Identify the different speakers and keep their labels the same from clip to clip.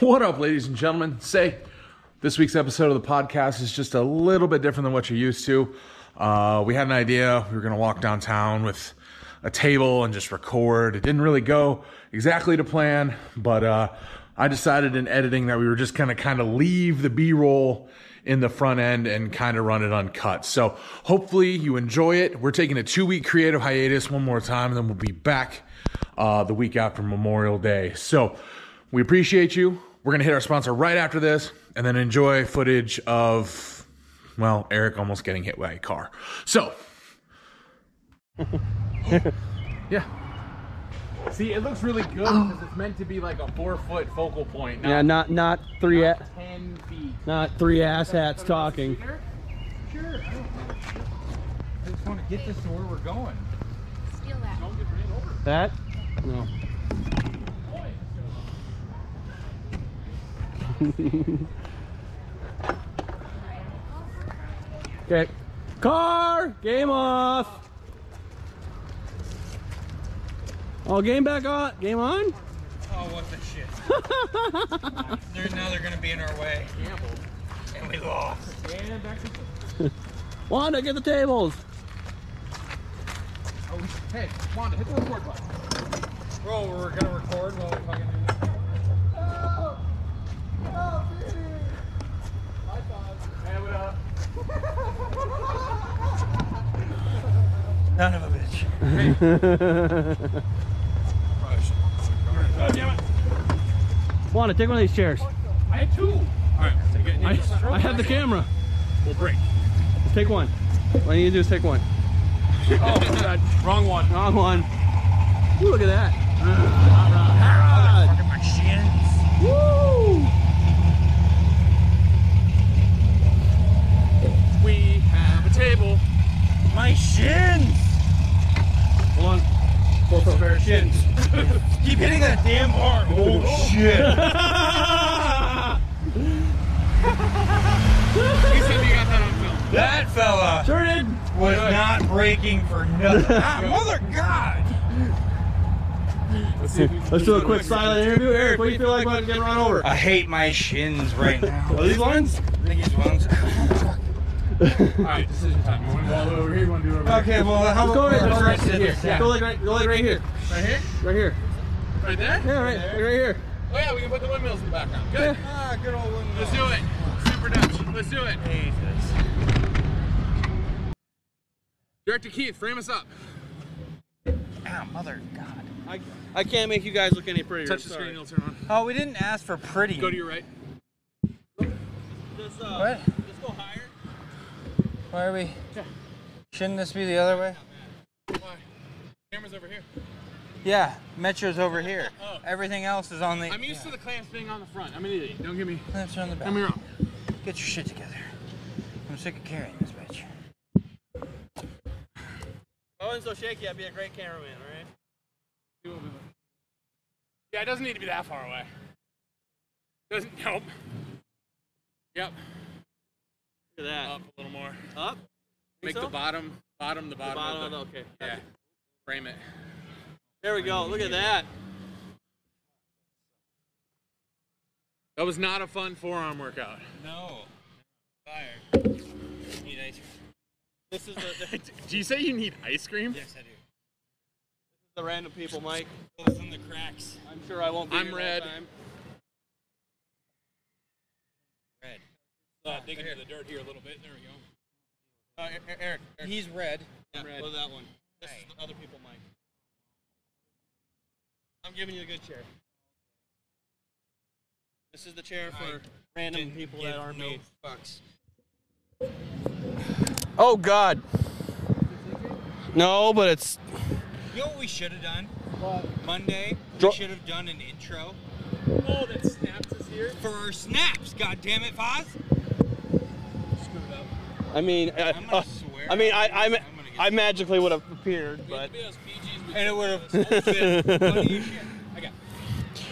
Speaker 1: What up, ladies and gentlemen? Say, this week's episode of the podcast is just a little bit different than what you're used to. Uh, we had an idea. We were going to walk downtown with a table and just record. It didn't really go exactly to plan, but uh, I decided in editing that we were just going to kind of leave the B roll in the front end and kind of run it uncut. So hopefully you enjoy it. We're taking a two week creative hiatus one more time, and then we'll be back uh, the week after Memorial Day. So we appreciate you. We're going to hit our sponsor right after this and then enjoy footage of, well, Eric almost getting hit by a car. So, yeah. See, it looks really good because it's meant to be like a four foot focal point.
Speaker 2: Oh. Yeah, not not three a-
Speaker 1: 10 feet.
Speaker 2: not three asshats talking.
Speaker 3: Sure. I, don't know. I just want to get this to where we're going.
Speaker 4: Steal
Speaker 2: That?
Speaker 4: that.
Speaker 2: No. okay. Car! Game off! Oh, game back on. Game on?
Speaker 3: Oh, what the shit. they're, now they're going to be in our way. And we lost.
Speaker 2: Wanda, get the tables!
Speaker 3: Oh, hey, Wanda, hit the record button. Bro, we're going to record while we fucking do this. None of a bitch.
Speaker 2: Wanda, take one of these chairs.
Speaker 3: I had two. All right, take it.
Speaker 2: I, I have the camera.
Speaker 3: We'll break.
Speaker 2: Take one. What I need to do is take one.
Speaker 3: Oh, God. wrong one.
Speaker 2: Wrong one. Ooh, look at that.
Speaker 3: Fucking my shins.
Speaker 2: We have a table.
Speaker 3: My shins.
Speaker 2: Hold on.
Speaker 3: Both of our shins. Keep hitting that damn bar. Oh shit. That fella
Speaker 2: Turn it.
Speaker 3: was not breaking for nothing. ah, mother God!
Speaker 2: Let's do a quick silent interview. Eric, what do you feel like about getting run over?
Speaker 3: I hate my shins right now.
Speaker 2: these lines?
Speaker 3: I think he's once.
Speaker 1: Alright, decision time. You want to walk over here? You want to do it over
Speaker 3: Okay, well, uh, how
Speaker 2: Go right,
Speaker 3: about
Speaker 2: go right
Speaker 3: sit
Speaker 2: here.
Speaker 3: Yeah.
Speaker 2: Go like right, go like right here.
Speaker 1: Right here?
Speaker 2: Right here.
Speaker 1: Right there?
Speaker 2: Yeah, right, right here.
Speaker 1: Oh yeah, we can put the windmills in the background. Good.
Speaker 3: Ah, good old one.
Speaker 1: Let's do it. Super Dutch. Let's do it. Director Keith, frame us up.
Speaker 3: Ah, mother God.
Speaker 2: I, I can't make you guys look any prettier.
Speaker 1: Touch the screen, it'll turn on.
Speaker 3: Oh, we didn't ask for pretty.
Speaker 1: Go to your right.
Speaker 2: Just, uh,
Speaker 3: What?
Speaker 2: just go higher.
Speaker 3: Why are we? Shouldn't this be the other way?
Speaker 1: Why? Camera's over here.
Speaker 3: Yeah, Oh. Metro's over here. Everything else is on the.
Speaker 1: I'm used
Speaker 3: yeah,
Speaker 1: to the clamps being on the front. I'm an idiot. Don't get me.
Speaker 3: Clamps are on the back.
Speaker 1: Don't get me wrong.
Speaker 3: Get your shit together. I'm sick of carrying this bitch.
Speaker 2: I wasn't Oh, so shaky, I'd be a great cameraman, alright?
Speaker 1: Yeah, it doesn't need to be that far away. Doesn't help. Yep.
Speaker 2: Look at that.
Speaker 1: Up a little more.
Speaker 2: Up?
Speaker 1: Make
Speaker 2: so?
Speaker 1: the bottom, bottom, the bottom.
Speaker 2: Bottom
Speaker 1: of the,
Speaker 2: okay.
Speaker 1: Yeah. Frame it.
Speaker 2: There we go. Look at that.
Speaker 1: That was not a fun forearm workout.
Speaker 3: No.
Speaker 1: Fire.
Speaker 3: Need ice cream.
Speaker 2: This is the,
Speaker 1: Do you say you need ice cream?
Speaker 3: Yes, I do.
Speaker 2: the random people, Mike.
Speaker 3: Close in the cracks.
Speaker 2: I'm sure I won't be
Speaker 1: I'm
Speaker 2: here
Speaker 1: red.
Speaker 2: All time.
Speaker 3: Red.
Speaker 1: Uh, dig into the dirt here a little bit. There we go.
Speaker 2: Uh, Eric, Eric.
Speaker 3: He's red.
Speaker 2: Yeah,
Speaker 1: red.
Speaker 2: well, that one. This
Speaker 3: Hey.
Speaker 2: is the other people, Mike. I'm giving you a good chair. This is the chair for random people that aren't me.
Speaker 3: Fucks.
Speaker 2: Oh God. No, but it's
Speaker 3: You know what we should have done? Monday,
Speaker 2: Dro-
Speaker 3: we should have done an intro
Speaker 1: Oh, that snaps is here.
Speaker 3: for our snaps. God damn it, Foz. Screwed up.
Speaker 2: I mean, I,
Speaker 3: I'm gonna
Speaker 2: uh,
Speaker 3: swear.
Speaker 2: I mean, I, I, ma-
Speaker 3: I'm gonna get-
Speaker 2: I magically would have appeared, but
Speaker 3: And it would have been funny as shit. I got.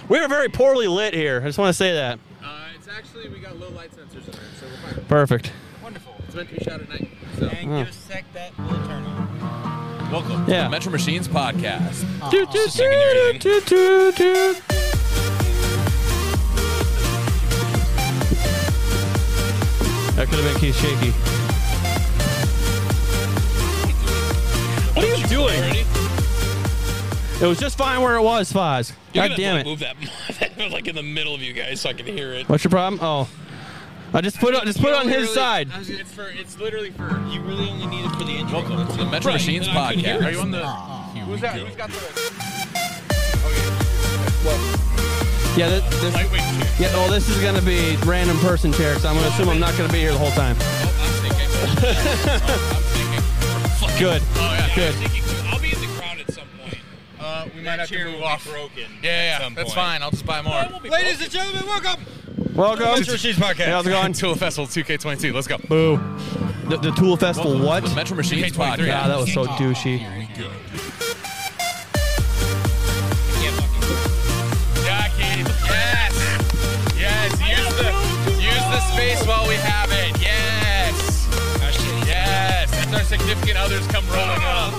Speaker 2: we are very poorly lit here. I just want to say that.
Speaker 1: Uh, it's actually we got low light sensors in there, so we're fine.
Speaker 2: Perfect.
Speaker 3: Wonderful.
Speaker 1: It's meant to be shot at night. So
Speaker 3: And give us a sec, that will turn on.
Speaker 1: welcome
Speaker 2: Yeah.
Speaker 1: Metro Machines podcast.
Speaker 2: Doot, doot, doot, doot, doot, doot. could have been Keith Shaky. What are you doing?
Speaker 5: Already?
Speaker 2: It was just fine where it was, Foz.
Speaker 5: You're
Speaker 2: God
Speaker 5: gonna
Speaker 2: damn
Speaker 5: like,
Speaker 2: it.
Speaker 5: Move that, that like in the middle of you guys so I can hear it.
Speaker 2: What's your problem? Oh. I just put it just put it on his side.
Speaker 5: It's for it's literally for you really only need it for the intro.
Speaker 6: Welcome to the Metro
Speaker 5: Right,
Speaker 6: Machines
Speaker 5: and I couldn't hear
Speaker 6: podcast.
Speaker 5: it.
Speaker 1: you on the? Who's that? Who's got the?
Speaker 2: Yeah, this, this
Speaker 5: Lightweight shit.
Speaker 2: yeah, well this is gonna be random person chair, so I'm gonna assume I'm not gonna be here the whole time.
Speaker 6: Oh, I'm thinking. Oh, I'm thinking. Fuck.
Speaker 2: Good.
Speaker 6: Oh, yeah.
Speaker 5: I was thinking, too, I'll be in the crowd at some point.
Speaker 1: Uh, we
Speaker 5: That
Speaker 1: might have to
Speaker 5: chair
Speaker 1: move
Speaker 5: will be
Speaker 1: off.
Speaker 5: Broken.
Speaker 6: Yeah,
Speaker 5: at
Speaker 6: yeah,
Speaker 5: some
Speaker 6: that's
Speaker 5: point.
Speaker 6: fine. I'll just buy more.
Speaker 5: It won't be
Speaker 7: Ladies and gentlemen, welcome.
Speaker 2: Welcome.
Speaker 7: Mr. Cheese Podcast.
Speaker 2: Hey, how's it going?
Speaker 6: Tool Festival 2K22. Let's go.
Speaker 2: Boo. The, the Tool Festival
Speaker 6: Welcome
Speaker 2: what?
Speaker 6: to The Metro Machines
Speaker 2: God,
Speaker 6: podcast.
Speaker 2: that was so douchey.
Speaker 6: Yeah, Keith. Yes. Yes. Use the, use the space while we have it. Yes. Yes. As our significant others come rolling up.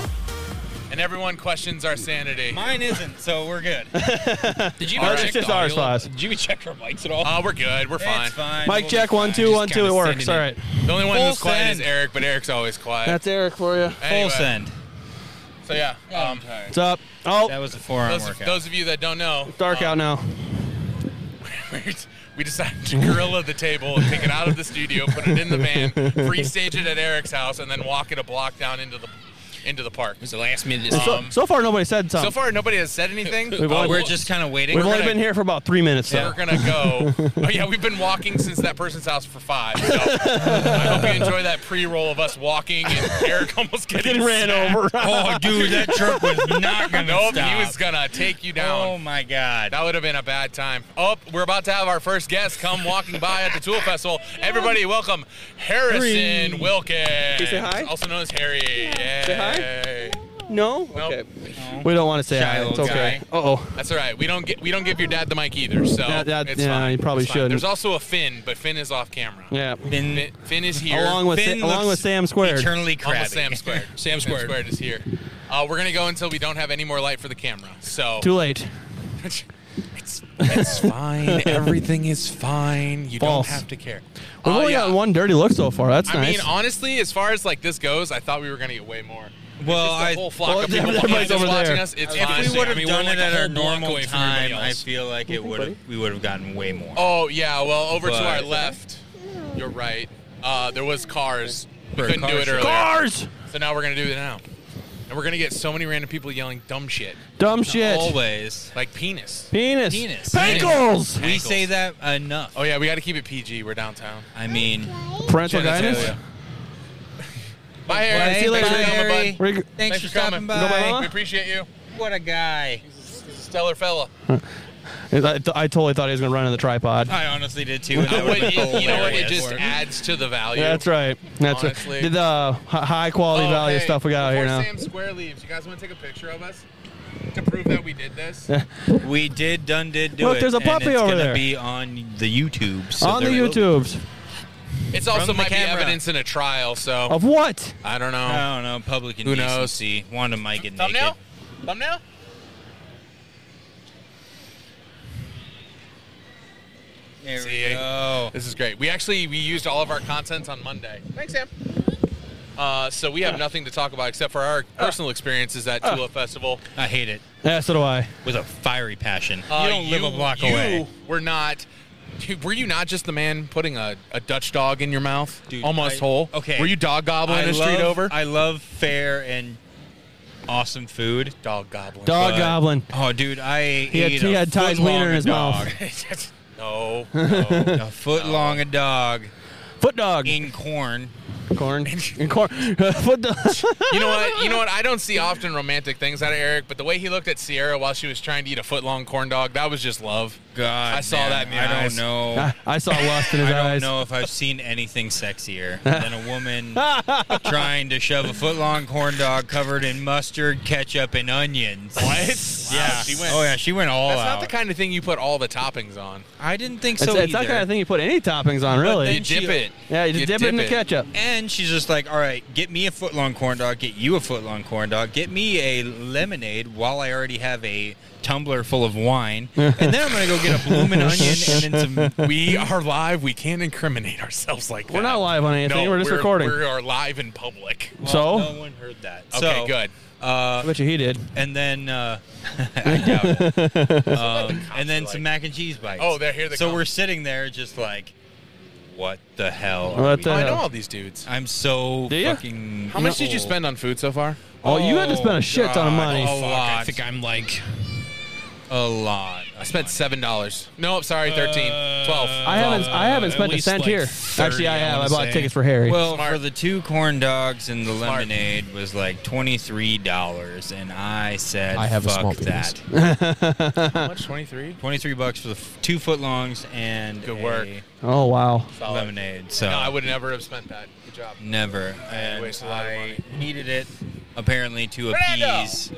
Speaker 6: And everyone questions our sanity.
Speaker 7: Mine isn't, so we're good.
Speaker 5: Did you
Speaker 6: Oh,
Speaker 5: not
Speaker 2: That's
Speaker 6: it's
Speaker 5: check
Speaker 2: just
Speaker 5: the
Speaker 2: ours,
Speaker 5: audio?
Speaker 2: Foz.
Speaker 5: Did you check our mics at all?
Speaker 6: Oh, we're good. We're fine.
Speaker 7: It's fine.
Speaker 2: Mic
Speaker 7: We'll be
Speaker 2: check one
Speaker 7: fine.
Speaker 2: two one
Speaker 6: Just
Speaker 2: two.
Speaker 6: kinda
Speaker 2: It works.
Speaker 6: standing
Speaker 2: All
Speaker 6: in.
Speaker 2: right.
Speaker 6: The only one
Speaker 7: Full
Speaker 6: who's quiet
Speaker 7: send.
Speaker 6: is Eric, but Eric's always quiet.
Speaker 2: That's Eric for you.
Speaker 6: Anyway,
Speaker 7: Full send.
Speaker 6: So yeah, um,
Speaker 2: What's up? Oh,
Speaker 7: That was a forearm
Speaker 6: those,
Speaker 7: workout.
Speaker 6: those of you that don't know,
Speaker 2: dark out now.
Speaker 6: we decided to gorilla the table and take it out of the studio, put it in the van, free stage it at Eric's house, and then walk it a block down into the into the park.
Speaker 5: was the last minute.
Speaker 2: So,
Speaker 6: um,
Speaker 2: so far nobody said something.
Speaker 6: So far, nobody has said anything.
Speaker 2: We've only-
Speaker 7: We're just kind of waiting.
Speaker 2: We've
Speaker 6: we're
Speaker 2: only
Speaker 6: gonna-
Speaker 2: been here for about three minutes. So.
Speaker 6: We're gonna go. Oh yeah, we've been walking since that person's house for five. So I hope you enjoy that pre-roll of us walking and Eric almost getting,
Speaker 2: Getting ran
Speaker 6: smacked.
Speaker 2: over.
Speaker 7: oh, dude, that jerk was not going to
Speaker 6: Nope,
Speaker 7: stop.
Speaker 6: he was gonna take you down.
Speaker 7: oh, my God.
Speaker 6: That would have been a bad time. Oh, we're about to have our first guest come walking by at the Tool Festival. Everybody, welcome Harrison Wilkins.
Speaker 2: you say hi?
Speaker 6: Also known as Harry. Yeah.
Speaker 2: Say no.
Speaker 6: Nope.
Speaker 2: Okay. We don't want to say
Speaker 7: Shy
Speaker 2: hi. It's
Speaker 7: little
Speaker 2: okay. Uh oh.
Speaker 6: That's all right. We don't get we don't give your dad the mic either, so
Speaker 2: That- that-
Speaker 6: it's
Speaker 2: yeah,
Speaker 6: fine.
Speaker 2: you probably
Speaker 6: It's fine.
Speaker 2: shouldn't.
Speaker 6: There's also a Finn, but Finn is off camera.
Speaker 2: Yeah.
Speaker 7: Been
Speaker 6: Finn, Finn is here.
Speaker 2: Along with
Speaker 7: Finn
Speaker 2: Sa- along
Speaker 7: looks
Speaker 2: with Sam Squared.
Speaker 7: eternally
Speaker 6: Along
Speaker 7: crabby.
Speaker 6: with Sam Squared.
Speaker 5: Sam Squared.
Speaker 6: is here. Uh, we're gonna go until we don't have any more light for the camera. So
Speaker 2: Too late.
Speaker 6: it's, it's fine. Everything is fine. You
Speaker 2: False.
Speaker 6: don't have to care.
Speaker 2: We've
Speaker 6: Uh,
Speaker 2: only
Speaker 6: yeah.
Speaker 2: gotten one dirty look so far. That's
Speaker 6: I
Speaker 2: nice.
Speaker 6: mean, oh, honestly, as far as like this goes, I thought we were gonna get way more. It's
Speaker 7: Well,
Speaker 6: just a
Speaker 7: I-
Speaker 6: whole flock
Speaker 2: Well,
Speaker 6: of people
Speaker 2: everybody's
Speaker 6: behind us
Speaker 2: over
Speaker 6: watching
Speaker 2: there.
Speaker 6: us. It's
Speaker 5: If we
Speaker 6: fine.
Speaker 7: If we would have
Speaker 5: mean, we're
Speaker 7: done
Speaker 5: like
Speaker 7: it
Speaker 5: a
Speaker 7: at
Speaker 5: whole
Speaker 7: our
Speaker 5: block
Speaker 7: normal
Speaker 5: away from
Speaker 7: time,
Speaker 5: everybody
Speaker 7: I
Speaker 5: else.
Speaker 7: feel like it would have we would have gotten way more.
Speaker 6: Oh yeah, well over to
Speaker 7: But-
Speaker 6: our left. You're right. Uh, there was cars. We
Speaker 7: For a
Speaker 6: couldn't
Speaker 7: car
Speaker 6: do it
Speaker 7: show.
Speaker 6: earlier,
Speaker 2: Cars.
Speaker 6: so now we're gonna do it now. And we're gonna get so many random people yelling dumb shit
Speaker 2: Dumb shit.
Speaker 7: Always.
Speaker 6: like penis.
Speaker 2: Penis.
Speaker 7: Penis.
Speaker 2: Pinkles.
Speaker 7: We
Speaker 6: Ankles.
Speaker 7: say that enough.
Speaker 6: Oh yeah, we got to keep it PG. We're downtown.
Speaker 7: I mean,
Speaker 2: Parental guidance.
Speaker 6: Genitalia. Bye, Harry.
Speaker 7: See you
Speaker 6: Thanks
Speaker 7: later.
Speaker 6: for coming, bud.
Speaker 7: Harry.
Speaker 2: Where you-
Speaker 7: thanks, for stopping
Speaker 6: coming.
Speaker 2: Goodbye,
Speaker 7: by.
Speaker 2: huh?
Speaker 6: We appreciate you.
Speaker 7: What a guy.
Speaker 6: Stellar fella.
Speaker 2: I, I totally thought he was gonna run into the tripod.
Speaker 7: I honestly did too. and I
Speaker 6: But
Speaker 7: would've
Speaker 6: it,
Speaker 7: been
Speaker 6: you know what? It
Speaker 7: hilarious.
Speaker 6: just adds to the value.
Speaker 2: Yeah, that's right. That's
Speaker 6: Honestly.
Speaker 2: right. Did the hi- high quality
Speaker 6: Oh,
Speaker 2: value
Speaker 6: hey,
Speaker 2: stuff we got out here
Speaker 6: before
Speaker 2: now.
Speaker 6: Sam Square leaves. You guys want to take a picture of us to prove that we did this?
Speaker 7: We did, done, did do
Speaker 2: Look,
Speaker 7: it.
Speaker 2: there's a
Speaker 7: and
Speaker 2: puppy
Speaker 7: it's
Speaker 2: over
Speaker 7: gonna
Speaker 2: there.
Speaker 7: Be on the YouTube. so
Speaker 2: On the
Speaker 7: there will be-
Speaker 2: YouTubes
Speaker 6: It's also
Speaker 7: From the
Speaker 6: might be
Speaker 7: camera. Oh.
Speaker 6: evidence in a trial, so
Speaker 2: of what?
Speaker 6: I don't know.
Speaker 7: I don't know. Public
Speaker 6: Who knows?
Speaker 7: indecency. Wanda might get
Speaker 6: Thumbnail?
Speaker 7: naked.
Speaker 6: Thumbnail?
Speaker 7: There
Speaker 6: See?
Speaker 7: we go.
Speaker 6: This is great. We actually we used all of our contents on Monday. Thanks, Sam. Uh, so we have nothing to talk about except for our
Speaker 7: Uh.
Speaker 6: personal experiences at Tulip Festival.
Speaker 7: I hate it
Speaker 2: Yeah, so do I.
Speaker 7: with a fiery passion.
Speaker 6: Uh,
Speaker 7: you don't live a block away.
Speaker 6: We're not. dude, Were you not just the man putting a, a Dutch dog in your mouth,
Speaker 7: Dude,
Speaker 6: almost
Speaker 7: I-
Speaker 6: whole?
Speaker 7: okay.
Speaker 6: Were you dog goblin a street over?
Speaker 7: I love fair and awesome food.
Speaker 6: dog goblin.
Speaker 2: Dog
Speaker 7: But-
Speaker 2: goblin.
Speaker 7: Oh, dude, I
Speaker 2: He had-
Speaker 7: ate
Speaker 2: he
Speaker 7: a
Speaker 2: had Ty's
Speaker 7: foot-long
Speaker 2: wiener in his
Speaker 7: dog.
Speaker 6: no, no.
Speaker 7: a foot long a dog
Speaker 2: Foot dog.
Speaker 7: in corn.
Speaker 2: corn. And corn. Foot dog.
Speaker 6: You know what? You know what? I don't see often romantic things out of Eric, but the way he looked at Sierra while she was trying to eat a foot long corn dog, that was just love.
Speaker 7: God,
Speaker 6: I saw
Speaker 7: man,
Speaker 6: that in the
Speaker 7: I
Speaker 6: eyes.
Speaker 7: don't know.
Speaker 2: I, I saw lust in his
Speaker 7: I don't
Speaker 2: eyes.
Speaker 7: know if I've seen anything sexier than a woman trying to shove a foot long corn dog covered in mustard, ketchup, and onions.
Speaker 6: What?
Speaker 7: Yeah.
Speaker 6: Wow, she went-
Speaker 7: Oh yeah, she went all
Speaker 6: That's
Speaker 7: out.
Speaker 6: not the kind of thing you put all the toppings on.
Speaker 7: I didn't think
Speaker 2: It's,
Speaker 7: so
Speaker 2: it's
Speaker 7: either.
Speaker 2: that kind of thing you put any toppings on, really.
Speaker 6: you dip
Speaker 7: she-
Speaker 6: it.
Speaker 2: yeah, you just dip, it in the ketchup.
Speaker 7: And she's just like, all right, get me a foot long corn dog, get you a foot long corn dog, get me a lemonade while I already have a tumbler full of wine, and then I'm gonna go get a blooming onion and then some.
Speaker 6: We are live. We can't incriminate ourselves like that.
Speaker 2: We're not live on anything. we're just recording.
Speaker 6: We are live in public.
Speaker 2: so,
Speaker 7: no one heard that.
Speaker 6: Okay,
Speaker 7: So,
Speaker 6: good.
Speaker 2: I bet you he did.
Speaker 7: And then, uh, I doubt it. Um, and then some mac and cheese bites.
Speaker 6: Oh, they're here. They
Speaker 7: So
Speaker 6: come.
Speaker 7: we're sitting there just like, what the hell? are
Speaker 2: What
Speaker 7: we
Speaker 2: the
Speaker 6: I
Speaker 7: doing?
Speaker 6: know all these dudes.
Speaker 7: I'm so
Speaker 2: Do ya?
Speaker 7: fucking.
Speaker 6: How much did you spend on food so far?
Speaker 2: Oh, you had to spend a shit ton of
Speaker 6: God.
Speaker 2: money.
Speaker 6: Oh,
Speaker 5: Fuck, I
Speaker 6: lot.
Speaker 5: think I'm like
Speaker 7: A lot.
Speaker 6: I spent seven dollars. No, I'm sorry, thirteen.
Speaker 5: Uh,
Speaker 6: Twelve.
Speaker 2: I haven't. I haven't
Speaker 5: at
Speaker 2: spent a
Speaker 5: least
Speaker 2: cent
Speaker 5: like
Speaker 2: here.
Speaker 5: 30,
Speaker 2: Actually, I
Speaker 5: I
Speaker 2: have. I
Speaker 5: wanna
Speaker 2: bought
Speaker 5: say.
Speaker 2: tickets for Harry.
Speaker 7: Well, for the two corn dogs and the lemonade was like twenty three dollars, and I said,
Speaker 8: I have a
Speaker 7: "Fuck
Speaker 8: small penis."
Speaker 7: that."
Speaker 6: How much? Twenty-three.
Speaker 7: Twenty three bucks for the f- two foot longs and
Speaker 6: Good
Speaker 7: a
Speaker 6: work.
Speaker 2: oh wow.
Speaker 7: lemonade. So
Speaker 6: No, I would never have spent that. Good job.
Speaker 7: never. And
Speaker 6: waste a lot of
Speaker 7: I
Speaker 6: money.
Speaker 7: needed it apparently to
Speaker 6: Fernando!
Speaker 7: appease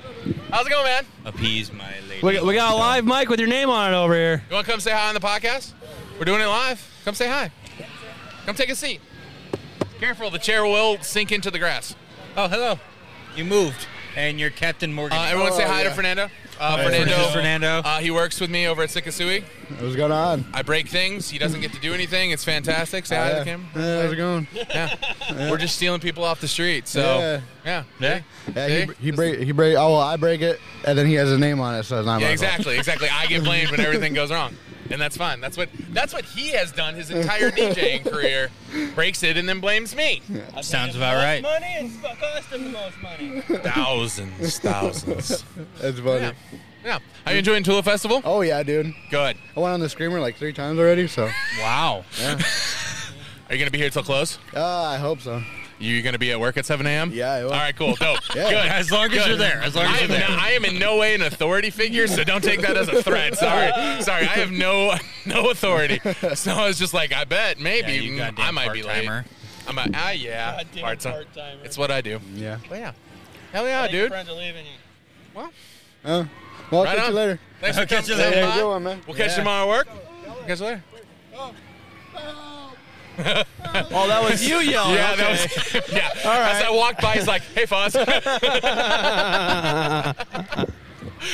Speaker 6: How's it going, man?
Speaker 7: appease my lady.
Speaker 2: We, we got a
Speaker 7: So-
Speaker 2: live mic with your name on it over here.
Speaker 6: You want to come say hi on the podcast? We're doing it live. Come say hi. Come take a seat. Careful, the chair will sink into the grass.
Speaker 7: Oh, hello. You moved, and you're Captain Morgan.
Speaker 6: Uh, everyone
Speaker 8: Oh,
Speaker 6: say hi to Fernando. Uh, Fernando.
Speaker 7: Fernando. Fernando.
Speaker 6: Uh, he works with me over at Sikasui.
Speaker 8: What's going on?
Speaker 6: I break things. He doesn't get to do anything. It's fantastic. Say hi to the camera.
Speaker 8: Yeah, how's it going?
Speaker 6: We're just stealing people off the street. So, yeah.
Speaker 8: Yeah.
Speaker 7: Yeah.
Speaker 8: Yeah,
Speaker 6: See?
Speaker 8: he, he break he break. Oh, well, I break it, and then he has a name on it, so it's not
Speaker 6: Yeah,
Speaker 8: my
Speaker 6: exactly, exactly. I get blamed when everything goes wrong, and that's fine. That's what that's what he has done his entire DJing career. Breaks it and then blames me.
Speaker 7: Sounds about right.
Speaker 5: money and sp- cost him the most money.
Speaker 6: Thousands, thousands.
Speaker 8: fault. That's funny.
Speaker 6: Yeah. Yeah. Are you enjoying Tula Festival?
Speaker 8: Oh yeah, dude.
Speaker 6: Good.
Speaker 8: I went on the screamer like three times already, so
Speaker 6: Wow. Are you gonna be here till close?
Speaker 8: uh, I hope so.
Speaker 6: You gonna be at work at 7 a.m.?
Speaker 8: Yeah, I will.
Speaker 6: All right, cool, dope.
Speaker 8: Yeah.
Speaker 6: Good.
Speaker 7: As long as
Speaker 6: Good.
Speaker 7: you're there. As long as
Speaker 6: I
Speaker 7: you're
Speaker 6: am,
Speaker 7: there.
Speaker 6: no- I am in no way an authority figure, so don't take that as a threat. Sorry, sorry, I have no no authority. So I was just like, I bet maybe
Speaker 7: Yeah, you
Speaker 6: mm,
Speaker 7: goddamn
Speaker 6: I might be late.
Speaker 7: part-timer.
Speaker 6: I'm a, ah yeah,
Speaker 5: Goddamn
Speaker 6: part-time.
Speaker 5: part-timer.
Speaker 6: It's what I do.
Speaker 8: Yeah.
Speaker 5: Oh,
Speaker 6: But yeah, hell yeah, dude.
Speaker 5: Friends are leaving you.
Speaker 8: Uh, well, I'll
Speaker 6: Right
Speaker 8: catch
Speaker 6: on.
Speaker 8: you later.
Speaker 6: Thanks for
Speaker 7: Catch you
Speaker 6: catching
Speaker 7: later.
Speaker 8: Have a good one, man.
Speaker 6: We'll catch you
Speaker 8: Yeah.
Speaker 6: tomorrow at work. Catch you later.
Speaker 2: Oh, that was you yelling.
Speaker 6: Yeah,
Speaker 2: okay.
Speaker 6: that was. Yeah. As I walked by, he's like, "Hey, Foz." it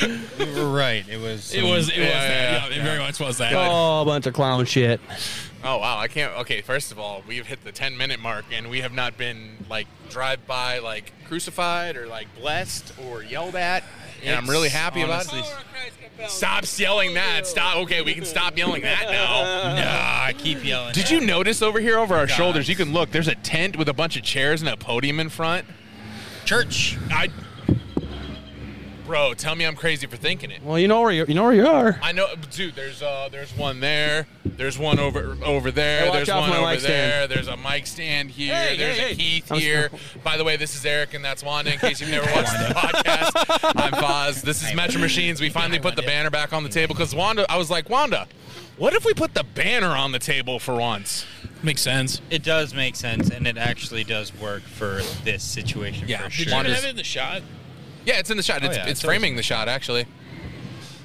Speaker 7: You were right. It was.
Speaker 5: It was. It was.
Speaker 6: Yeah, yeah,
Speaker 5: that. Yeah, it very much was that.
Speaker 2: Oh, a bunch of clown shit.
Speaker 6: Oh wow, I can't. Okay, first of all, we've hit the 10 minute mark, and we have not been like drive by, like crucified or like blessed or yelled at. And I'm really happy about it. Stop yelling that. Stop. Okay, we can stop yelling that now.
Speaker 7: Nah, I keep yelling.
Speaker 6: Did you notice over here, over our shoulders? You can look. There's a tent with a bunch of chairs and a podium in front.
Speaker 7: church?
Speaker 6: I, bro, tell me I'm crazy for thinking it.
Speaker 2: Well, you know where you, you know where you are.
Speaker 6: I know, dude. There's uh, there's one there. There's one over over there.
Speaker 2: Hey, watch
Speaker 6: there's
Speaker 2: out for
Speaker 6: one
Speaker 2: my
Speaker 6: over
Speaker 2: mic stand.
Speaker 6: there. There's a mic stand here.
Speaker 2: Hey,
Speaker 6: there's
Speaker 2: hey,
Speaker 6: a
Speaker 2: hey.
Speaker 6: Keith
Speaker 2: I'm
Speaker 6: here. By the way, this is Eric and that's Wanda. In case you've never watched the podcast, I'm Foz. This is Metro Machines. We finally put the banner back on the table because Wanda. I was like, Wanda, what if we put the banner on the table for once?
Speaker 5: Makes sense.
Speaker 7: It does make sense, and it actually does work for this situation
Speaker 6: Yeah.
Speaker 7: for
Speaker 6: Did
Speaker 7: sure.
Speaker 6: you Wanders-
Speaker 5: in the shot?
Speaker 6: Yeah, it's in the shot. It's,
Speaker 7: Oh, yeah,
Speaker 6: it's
Speaker 7: it's always-
Speaker 6: framing the shot actually.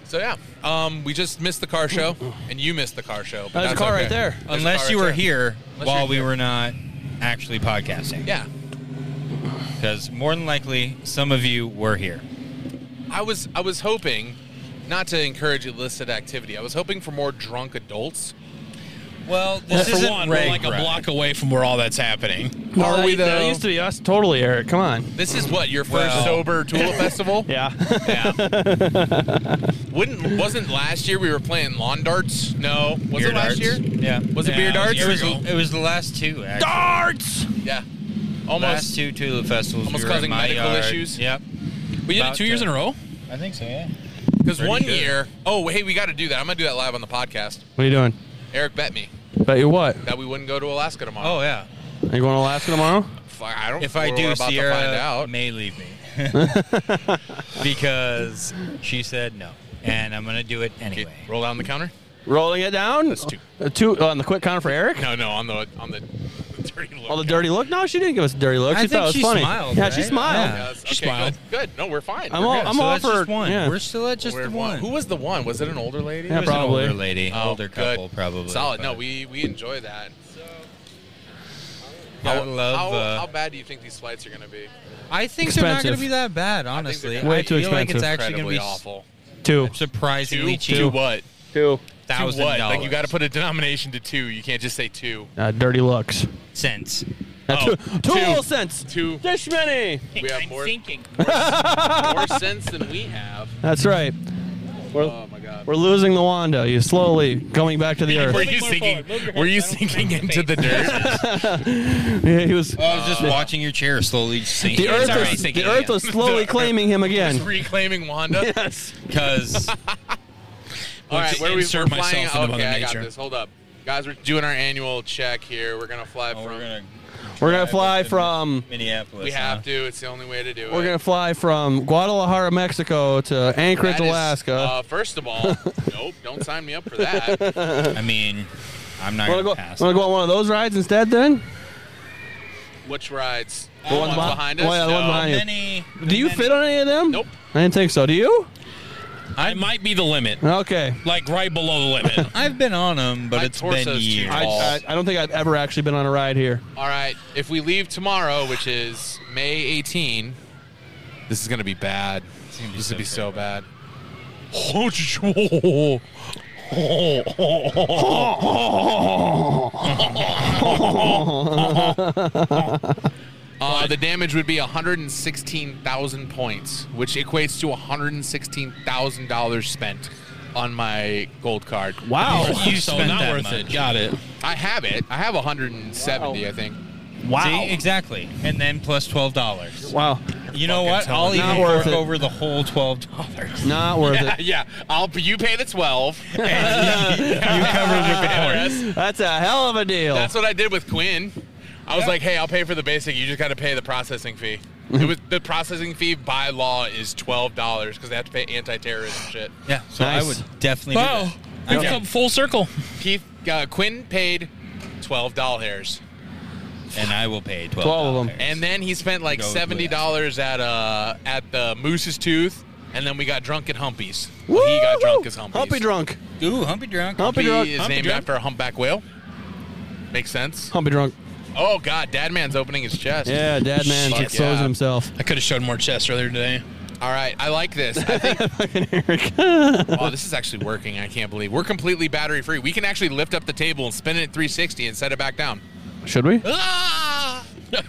Speaker 6: So yeah, um, we just missed the car show, and you missed the car show. but
Speaker 2: There's a
Speaker 6: that's
Speaker 2: car
Speaker 6: okay.
Speaker 2: right there.
Speaker 6: There's a car
Speaker 7: Unless
Speaker 6: right
Speaker 7: you were
Speaker 6: there.
Speaker 7: here
Speaker 6: Unless
Speaker 7: while
Speaker 6: you're
Speaker 7: we
Speaker 6: here.
Speaker 7: were not actually podcasting.
Speaker 6: Yeah,
Speaker 7: Because more than likely, some of you were here.
Speaker 6: I was I was hoping not to encourage illicit activity. I was hoping for more drunk adults.
Speaker 7: Well, this
Speaker 5: Well,
Speaker 7: isn't
Speaker 5: for one, we're
Speaker 7: reg
Speaker 5: like a
Speaker 7: rec.
Speaker 5: block away from where all that's happening.
Speaker 2: Are
Speaker 6: we,
Speaker 2: That
Speaker 6: though?
Speaker 2: used to be us. Totally, Eric. Come on.
Speaker 6: This is what your first
Speaker 7: Well-
Speaker 6: sober Tula festival.
Speaker 2: Yeah.
Speaker 6: Wouldn't wasn't last year we were playing lawn darts? No, was
Speaker 7: Beer
Speaker 6: it
Speaker 7: darts.
Speaker 6: last year?
Speaker 7: Yeah.
Speaker 6: Was it
Speaker 5: Yeah,
Speaker 6: beer
Speaker 5: it was
Speaker 6: darts?
Speaker 5: a
Speaker 7: It
Speaker 5: year
Speaker 7: was.
Speaker 5: ago.
Speaker 7: It was the last two. Actually.
Speaker 2: Darts.
Speaker 6: yeah,
Speaker 7: Last
Speaker 6: almost.
Speaker 7: two Tula festivals.
Speaker 6: almost
Speaker 7: we were in
Speaker 6: causing
Speaker 7: my
Speaker 6: medical
Speaker 7: yard.
Speaker 6: issues.
Speaker 7: Yep.
Speaker 5: We did it
Speaker 7: About
Speaker 5: two years
Speaker 7: to-
Speaker 5: in a row.
Speaker 7: I think so. Yeah.
Speaker 6: Because
Speaker 7: pretty
Speaker 6: one
Speaker 7: sure.
Speaker 6: year, oh hey, we got to do that. I'm gonna do that live on the podcast.
Speaker 2: What are you doing?
Speaker 6: Eric bet me
Speaker 2: Bet you what?
Speaker 6: that we wouldn't go to Alaska tomorrow.
Speaker 7: Oh yeah.
Speaker 2: Are you going to Alaska tomorrow?
Speaker 6: Fuck, I don't.
Speaker 7: If I
Speaker 6: we're
Speaker 7: do,
Speaker 6: about
Speaker 7: Sierra
Speaker 6: to find out.
Speaker 7: may leave me because she said no, and I'm gonna do it
Speaker 6: Okay,
Speaker 7: anyway.
Speaker 6: roll down the counter.
Speaker 2: Rolling it down. That's
Speaker 6: two.
Speaker 2: two Uh, on the quick counter for Eric.
Speaker 6: No, no, on the on the, the dirty look.
Speaker 2: Oh, the dirty look? No, she didn't give us a dirty look.
Speaker 7: I
Speaker 2: she thought it was
Speaker 7: think she
Speaker 2: funny.
Speaker 7: smiled,
Speaker 2: yeah,
Speaker 7: right?
Speaker 2: she smiled.
Speaker 7: Yeah.
Speaker 6: Yes, okay,
Speaker 5: Smile.
Speaker 6: Good. good. No, we're fine.
Speaker 2: I'm
Speaker 6: We're
Speaker 2: all-
Speaker 6: good.
Speaker 2: I'm
Speaker 7: So
Speaker 2: all
Speaker 7: that's
Speaker 2: for-
Speaker 7: just one.
Speaker 2: yeah.
Speaker 7: We're still at just
Speaker 6: We're
Speaker 7: the
Speaker 6: one.
Speaker 7: one.
Speaker 6: Who was the one? Was it an older lady?
Speaker 2: Yeah,
Speaker 7: It was an
Speaker 2: Probably.
Speaker 7: older lady,
Speaker 6: Oh,
Speaker 7: older
Speaker 6: good.
Speaker 7: couple, probably.
Speaker 6: Solid. No,
Speaker 7: but-
Speaker 6: we we enjoy that.
Speaker 7: Gotta love,
Speaker 6: how,
Speaker 7: uh,
Speaker 6: how bad do you think these flights are going to be?
Speaker 7: I think they're not going
Speaker 2: Expensive.
Speaker 7: to be that bad, honestly.
Speaker 6: they're
Speaker 7: I,
Speaker 6: gonna
Speaker 2: Way too
Speaker 7: feel like it's
Speaker 2: expensive.
Speaker 7: actually going to
Speaker 6: Incredibly
Speaker 7: be s-
Speaker 6: awful.
Speaker 2: Two.
Speaker 7: surprisingly
Speaker 6: Two,
Speaker 7: cheap.
Speaker 6: two what?
Speaker 2: Two.
Speaker 6: To
Speaker 7: thousand
Speaker 6: what?
Speaker 7: dollars.
Speaker 6: Like you got to put a denomination to two. You can't just say two.
Speaker 2: Uh, dirty looks.
Speaker 7: cents.
Speaker 6: Oh,
Speaker 2: two,
Speaker 6: two.
Speaker 2: little cents.
Speaker 6: Two.
Speaker 2: Dish many.
Speaker 6: We have
Speaker 9: I'm
Speaker 6: more.
Speaker 9: thinking more, more sense than we have.
Speaker 2: That's right.
Speaker 9: Oh my god.
Speaker 2: We're losing the Wanda. You're slowly going back to the
Speaker 6: Were
Speaker 2: earth.
Speaker 6: you
Speaker 9: more
Speaker 6: sinking?
Speaker 9: forward. Move your
Speaker 6: Were
Speaker 9: head.
Speaker 6: you
Speaker 9: I don't think
Speaker 6: sinking
Speaker 9: I'm
Speaker 6: into the dirt?
Speaker 2: Yeah, he was.
Speaker 7: I was just watching your chair slowly sink.
Speaker 2: The earth,
Speaker 7: Sorry,
Speaker 2: was,
Speaker 7: sinking
Speaker 2: the earth was slowly claiming him
Speaker 6: Just
Speaker 2: again.
Speaker 6: reclaiming Wanda.
Speaker 2: Yes.
Speaker 7: because
Speaker 6: All right,
Speaker 5: just
Speaker 6: where we
Speaker 5: insert
Speaker 6: we're flying.
Speaker 5: myself into
Speaker 6: okay,
Speaker 5: Mother
Speaker 6: I got
Speaker 5: Nature.
Speaker 6: this. Hold up, guys. We're doing our annual check here. We're gonna fly
Speaker 7: oh,
Speaker 6: from.
Speaker 7: we're gonna
Speaker 2: We're gonna fly
Speaker 7: up to
Speaker 2: from
Speaker 7: Minneapolis.
Speaker 6: we
Speaker 7: huh?
Speaker 6: have to. It's the only way to do it.
Speaker 2: we're gonna fly from Guadalajara, Mexico, to Anchorage,
Speaker 6: That is-
Speaker 2: Alaska.
Speaker 6: uh, first of all, nope. Don't sign me up for that.
Speaker 7: I mean, I'm not
Speaker 2: wanna go?
Speaker 7: gonna pass.
Speaker 2: Wanna go on one of those rides instead? Then?
Speaker 6: Which rides?
Speaker 2: The
Speaker 6: ones
Speaker 2: behi-
Speaker 6: behind us.
Speaker 2: Oh, yeah, the one
Speaker 6: No.
Speaker 2: behind you.
Speaker 7: Many,
Speaker 2: Do you fit on any of them?
Speaker 6: Nope.
Speaker 2: I didn't think so. Do you?
Speaker 5: I might be the limit.
Speaker 2: Okay.
Speaker 5: Like right below the limit.
Speaker 7: I've been on them, but
Speaker 6: My
Speaker 7: it's been
Speaker 6: torso's too
Speaker 7: years.
Speaker 2: I, I, I don't think I've ever actually been on a ride here.
Speaker 6: All right. If we leave tomorrow, which is May 18, this is gonna be bad.
Speaker 7: gonna be
Speaker 6: This
Speaker 7: so
Speaker 6: would be so bad. Uh, the damage would be 116,000 points, which equates to $116,000 spent on my gold card.
Speaker 2: Wow.
Speaker 5: you
Speaker 7: So
Speaker 5: spent
Speaker 7: not
Speaker 5: that
Speaker 7: worth
Speaker 5: much.
Speaker 7: it.
Speaker 5: Got it.
Speaker 6: I have it. I have 170, I think.
Speaker 7: See, exactly. And then plus twelve dollars.
Speaker 2: Wow.
Speaker 7: You know
Speaker 5: Fucking
Speaker 7: what?
Speaker 5: tell
Speaker 7: I'll
Speaker 5: me.
Speaker 7: even
Speaker 2: Not worth
Speaker 7: fork
Speaker 2: it.
Speaker 7: over the whole twelve dollars.
Speaker 2: Not worth it.
Speaker 6: Yeah, I'll you pay the 12.
Speaker 7: you covered your
Speaker 6: That's-
Speaker 2: That's a hell of a deal.
Speaker 6: That's what I did with Quinn. I was like, hey, I'll pay for the basic. You just got to pay the processing fee.
Speaker 7: Mm-hmm.
Speaker 6: It was the processing fee by law is twelve dollars because they have to pay anti-terrorism shit.
Speaker 7: Yeah, so
Speaker 2: Nice.
Speaker 7: I would definitely. do
Speaker 5: Wow.
Speaker 7: that.
Speaker 5: We've
Speaker 7: Okay.
Speaker 5: come full circle.
Speaker 6: Keith uh, Quinn paid twelve dollars,
Speaker 7: and I will pay twelve.
Speaker 2: Twelve of them.
Speaker 6: and then he spent like
Speaker 7: Go with
Speaker 6: seventy dollars at uh at the Moose's Tooth, and then we got drunk at Humpy's. Well, he got
Speaker 2: Woo-hoo!
Speaker 6: drunk as Humpy's.
Speaker 2: Humpy drunk.
Speaker 7: ooh, humpy drunk.
Speaker 2: Humpy
Speaker 6: Humpy
Speaker 2: drunk.
Speaker 6: is
Speaker 5: Humpy
Speaker 6: named
Speaker 5: drunk?
Speaker 6: after a humpback whale. Makes sense.
Speaker 2: Humpy drunk.
Speaker 6: Oh God, Dad Man's opening his chest.
Speaker 2: Yeah, dad man
Speaker 6: Fuck
Speaker 2: exposing
Speaker 6: yeah.
Speaker 2: himself.
Speaker 5: I could have showed more chest earlier today.
Speaker 6: All right, I like this. I think. oh, this is actually working. I can't believe we're completely battery free. We can actually lift up the table and spin it at 360 and set it back down.
Speaker 2: Should we?
Speaker 6: Ah!
Speaker 7: All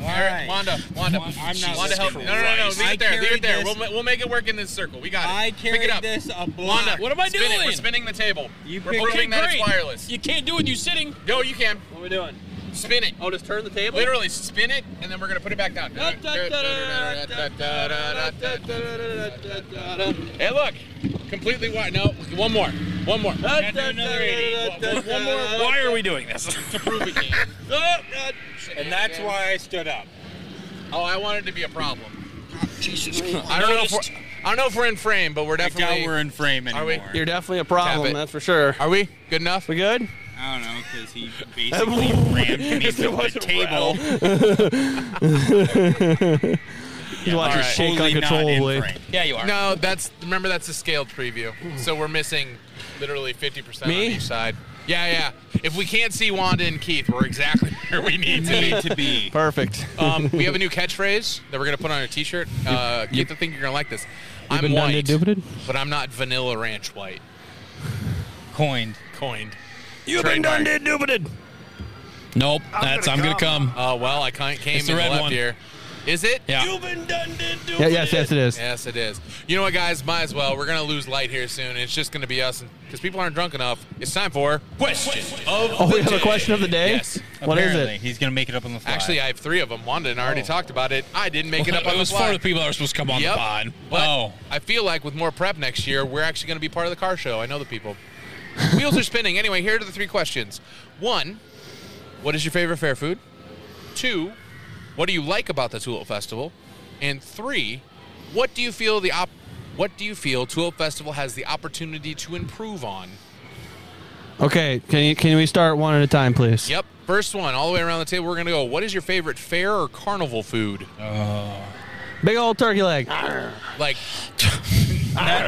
Speaker 6: Eric, Wanda, Wanda,
Speaker 7: I'm not
Speaker 6: Wanda, help me. No, no, no, no. Leave
Speaker 7: I
Speaker 6: it there. Leave
Speaker 7: carried
Speaker 6: it there.
Speaker 7: this-
Speaker 6: We'll, ma- we'll make it work in this circle. We got it.
Speaker 7: I
Speaker 6: Pick
Speaker 7: carried
Speaker 6: it up.
Speaker 7: this a block.
Speaker 6: Wanda,
Speaker 5: What am I
Speaker 6: spin It. We're
Speaker 5: doing?
Speaker 6: spinning the table.
Speaker 7: You
Speaker 6: We're
Speaker 7: pick-
Speaker 6: proving
Speaker 7: Okay,
Speaker 6: that it's
Speaker 5: great.
Speaker 6: wireless.
Speaker 5: You can't do it. You sitting.
Speaker 6: No, you can.
Speaker 9: What are we doing?
Speaker 6: Spin it.
Speaker 9: Oh, just turn the table.
Speaker 6: Literally spin it, and then we're gonna put it back down. hey, look, completely wide. No, one more, one more. One more.
Speaker 2: Uh,
Speaker 5: Why are we doing this?
Speaker 6: And that's why I stood up. Oh, I wanted to be a problem. Jesus. I don't know if we're, I don't know if we're in frame, but we're
Speaker 7: I doubt
Speaker 6: definitely.
Speaker 7: we're in frame
Speaker 6: Are we-
Speaker 7: anymore.
Speaker 2: You're definitely a
Speaker 6: Tap
Speaker 2: problem,
Speaker 6: it.
Speaker 2: that's for sure.
Speaker 6: Are we good enough?
Speaker 2: We good?
Speaker 7: I don't know because he basically rammed me
Speaker 2: It
Speaker 7: through the
Speaker 2: wasn't
Speaker 7: table.
Speaker 2: You watch her
Speaker 6: alright.
Speaker 2: shake
Speaker 7: Totally not in
Speaker 2: uncontrollably.
Speaker 7: frame.
Speaker 5: yeah, you are.
Speaker 6: No, that's remember that's a scaled preview. So we're missing literally 50%
Speaker 2: Me?
Speaker 6: on each side. Yeah, yeah. If we can't see Wanda and Keith, we're exactly where we need to be.
Speaker 7: to be.
Speaker 2: Perfect.
Speaker 6: Um, we have a new catchphrase that we're gonna put on a T-shirt. Uh, Keith, I think you're gonna like this. I'm
Speaker 2: been done
Speaker 6: white,
Speaker 2: dedubited?
Speaker 6: but I'm not vanilla ranch white.
Speaker 7: Coined.
Speaker 6: Coined.
Speaker 2: You've been done dedubited.
Speaker 5: Nope. that's I'm gonna come.
Speaker 6: Uh, well, I can't came
Speaker 5: It's the
Speaker 6: in
Speaker 5: red
Speaker 6: left
Speaker 5: one.
Speaker 6: here. Is it?
Speaker 5: Yeah.
Speaker 2: Yeah, yes, yes it is.
Speaker 6: Yes, it is. You know what, guys? Might as well. We're gonna lose light here soon. It's just gonna be us because people aren't drunk enough. It's time for question of
Speaker 2: Oh,
Speaker 6: the
Speaker 2: we have
Speaker 6: day.
Speaker 2: a question of the day?
Speaker 6: Yes.
Speaker 2: What is
Speaker 7: Apparently,
Speaker 2: it?
Speaker 7: He's gonna make it up on the fly.
Speaker 6: Actually, I have three of them. Wanda and I already talked about it. I didn't make it up on
Speaker 5: Oh. it
Speaker 6: the
Speaker 5: was for
Speaker 6: fly.
Speaker 5: the people that are supposed to come on
Speaker 6: Yep.
Speaker 5: the pod.
Speaker 6: But
Speaker 5: oh,
Speaker 6: I feel like with more prep next year, we're actually going to be part of the car show. I know the people. Wheels are spinning. Anyway, here are the three questions. One, what is your favorite fair food? Two, what do you like about the Tulip Festival? And three, what do you feel the op- what do you feel Tulip Festival has the opportunity to improve on?
Speaker 2: Okay, can you can we start one at a time, please?
Speaker 6: Yep. First one, all the way around the table, we're going to go. What is your favorite fair or carnival food?
Speaker 2: Big old turkey leg.
Speaker 6: Like,
Speaker 7: that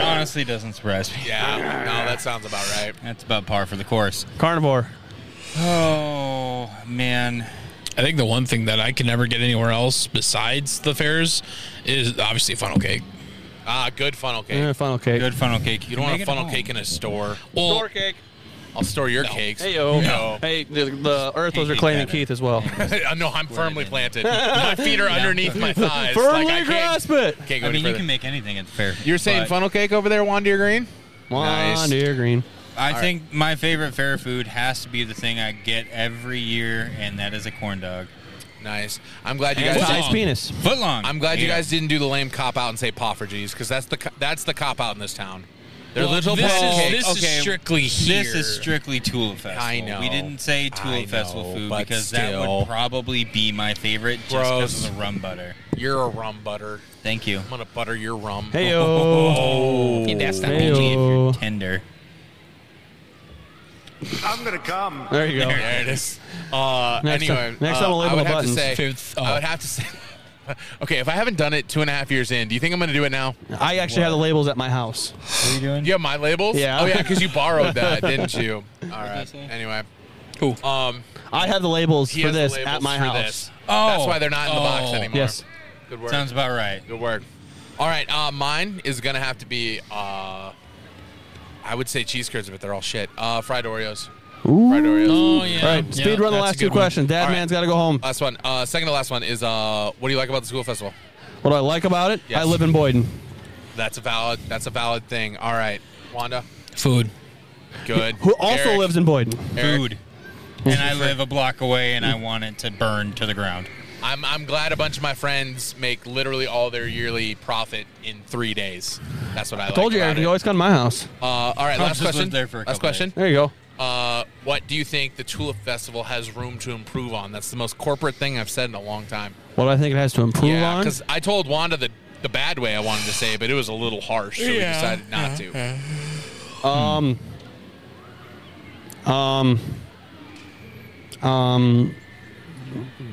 Speaker 6: Ah.
Speaker 7: honestly doesn't surprise me.
Speaker 6: yeah, no, that sounds about right.
Speaker 7: That's about par for the course.
Speaker 2: Carnivore.
Speaker 7: Oh man,
Speaker 5: I think the one thing that I can never get anywhere else besides the fairs is obviously funnel cake.
Speaker 6: Ah, good funnel cake.
Speaker 2: Yeah, Eh, funnel cake.
Speaker 7: Good funnel cake.
Speaker 6: You don't want
Speaker 7: Make
Speaker 6: a
Speaker 7: it
Speaker 6: funnel
Speaker 7: home.
Speaker 6: cake in a store.
Speaker 5: Well,
Speaker 9: Door cake.
Speaker 6: I'll store your cakes.
Speaker 2: Hey yo.
Speaker 6: No.
Speaker 2: Hey, the, the Earthos are
Speaker 7: Eat
Speaker 2: claiming
Speaker 7: that.
Speaker 2: Keith as well.
Speaker 6: no, I'm firmly planted. My feet are underneath my thighs.
Speaker 2: Firmly
Speaker 6: like, I
Speaker 2: grasp
Speaker 6: can't,
Speaker 2: it.
Speaker 6: can't go
Speaker 7: I
Speaker 6: any
Speaker 7: mean, you
Speaker 6: further.
Speaker 7: can make anything at the fair.
Speaker 6: You're saying
Speaker 7: but
Speaker 6: funnel cake over there, Wandier Green?
Speaker 2: Nice. Dear green.
Speaker 7: I think my favorite fair food has to be the thing I get every year, and that is a corn dog.
Speaker 6: Nice. I'm glad you
Speaker 7: And
Speaker 6: guys.
Speaker 7: Foot
Speaker 2: Size
Speaker 7: long.
Speaker 2: penis.
Speaker 7: Foot long.
Speaker 6: I'm glad you
Speaker 7: Yeah.
Speaker 6: guys didn't do the lame cop out and say poffergies because that's the co- that's the cop out in this town. They're
Speaker 5: Well,
Speaker 6: little
Speaker 5: this
Speaker 6: funnel
Speaker 5: is-
Speaker 6: cakes.
Speaker 5: this is
Speaker 6: Okay,
Speaker 5: strictly
Speaker 7: This
Speaker 5: here.
Speaker 7: is strictly Tulip Festival.
Speaker 6: I know.
Speaker 7: We didn't say
Speaker 6: I know,
Speaker 7: Tulip Festival food
Speaker 6: but
Speaker 7: because that
Speaker 6: still.
Speaker 7: would probably be my favorite just
Speaker 6: Gross.
Speaker 7: because of the rum butter.
Speaker 6: You're a rum butter.
Speaker 7: Thank you.
Speaker 6: I'm gonna butter your rum. Oh,
Speaker 2: Hey yo.
Speaker 7: that's
Speaker 2: not Hey-o. only if you're
Speaker 7: tender.
Speaker 10: I'm gonna come.
Speaker 2: There you go.
Speaker 6: There it is. Uh,
Speaker 2: Next
Speaker 6: anyway,
Speaker 2: time- next
Speaker 6: uh,
Speaker 2: time we'll
Speaker 6: I
Speaker 2: label
Speaker 6: would
Speaker 2: the
Speaker 6: have to
Speaker 2: buttons. uh,
Speaker 6: say.
Speaker 5: Fifth-
Speaker 6: I
Speaker 5: oh.
Speaker 6: would have to say. okay, if I haven't done it two and a half years in, do you think I'm gonna do it now?
Speaker 2: I actually have the labels at my house.
Speaker 7: What are you doing?
Speaker 6: You have my labels.
Speaker 2: Yeah.
Speaker 6: Oh yeah, because you borrowed that, didn't you? All right.
Speaker 7: say?
Speaker 6: Anyway,
Speaker 5: Who?
Speaker 6: um,
Speaker 2: I have the labels
Speaker 6: he
Speaker 2: for
Speaker 6: has the
Speaker 2: this
Speaker 6: labels
Speaker 2: at my
Speaker 6: for
Speaker 2: house.
Speaker 6: this.
Speaker 5: Oh.
Speaker 6: that's why they're not in the box
Speaker 5: Oh.
Speaker 6: anymore.
Speaker 2: Yes.
Speaker 6: Good work.
Speaker 7: Sounds about right.
Speaker 6: Good work. All right, uh, mine is gonna have to be. Uh, I would say cheese curds, but they're all shit. Uh, fried Oreos. Fried Oreos.
Speaker 5: Oh yeah.
Speaker 2: All right, speed run the last two questions. Dad
Speaker 6: All right.
Speaker 2: man's got to go home.
Speaker 6: Last one. Uh, second to last one is uh, what do you like about the school festival?
Speaker 2: What do I like about it?
Speaker 6: Yes.
Speaker 2: I live in Boyden.
Speaker 6: That's a valid. That's a valid thing. All right, Wanda.
Speaker 5: Food.
Speaker 6: Good.
Speaker 2: Who also
Speaker 6: Eric,
Speaker 2: lives in Boyden?
Speaker 6: Eric.
Speaker 7: Food. And I live a block away and I want it to burn to the ground.
Speaker 6: I'm, I'm glad a bunch of my friends make literally all their yearly profit in three days. That's what I, like
Speaker 2: Told you,
Speaker 6: about
Speaker 2: Eric,
Speaker 6: it.
Speaker 2: you always come to my house.
Speaker 6: Uh, all right,
Speaker 7: Oh,
Speaker 6: last
Speaker 7: just lived
Speaker 6: question.
Speaker 7: there for a
Speaker 6: last
Speaker 7: couple
Speaker 6: question.
Speaker 2: There you go.
Speaker 6: Uh, what do you think the Tulip Festival has room to improve on? That's the most corporate thing I've said in a long time.
Speaker 2: What do I think it has to improve
Speaker 6: yeah,
Speaker 2: on?
Speaker 6: because I told Wanda the the bad way I wanted to say, but it was a little harsh, so we
Speaker 5: Yeah.
Speaker 6: decided not to.
Speaker 2: Um, um, um,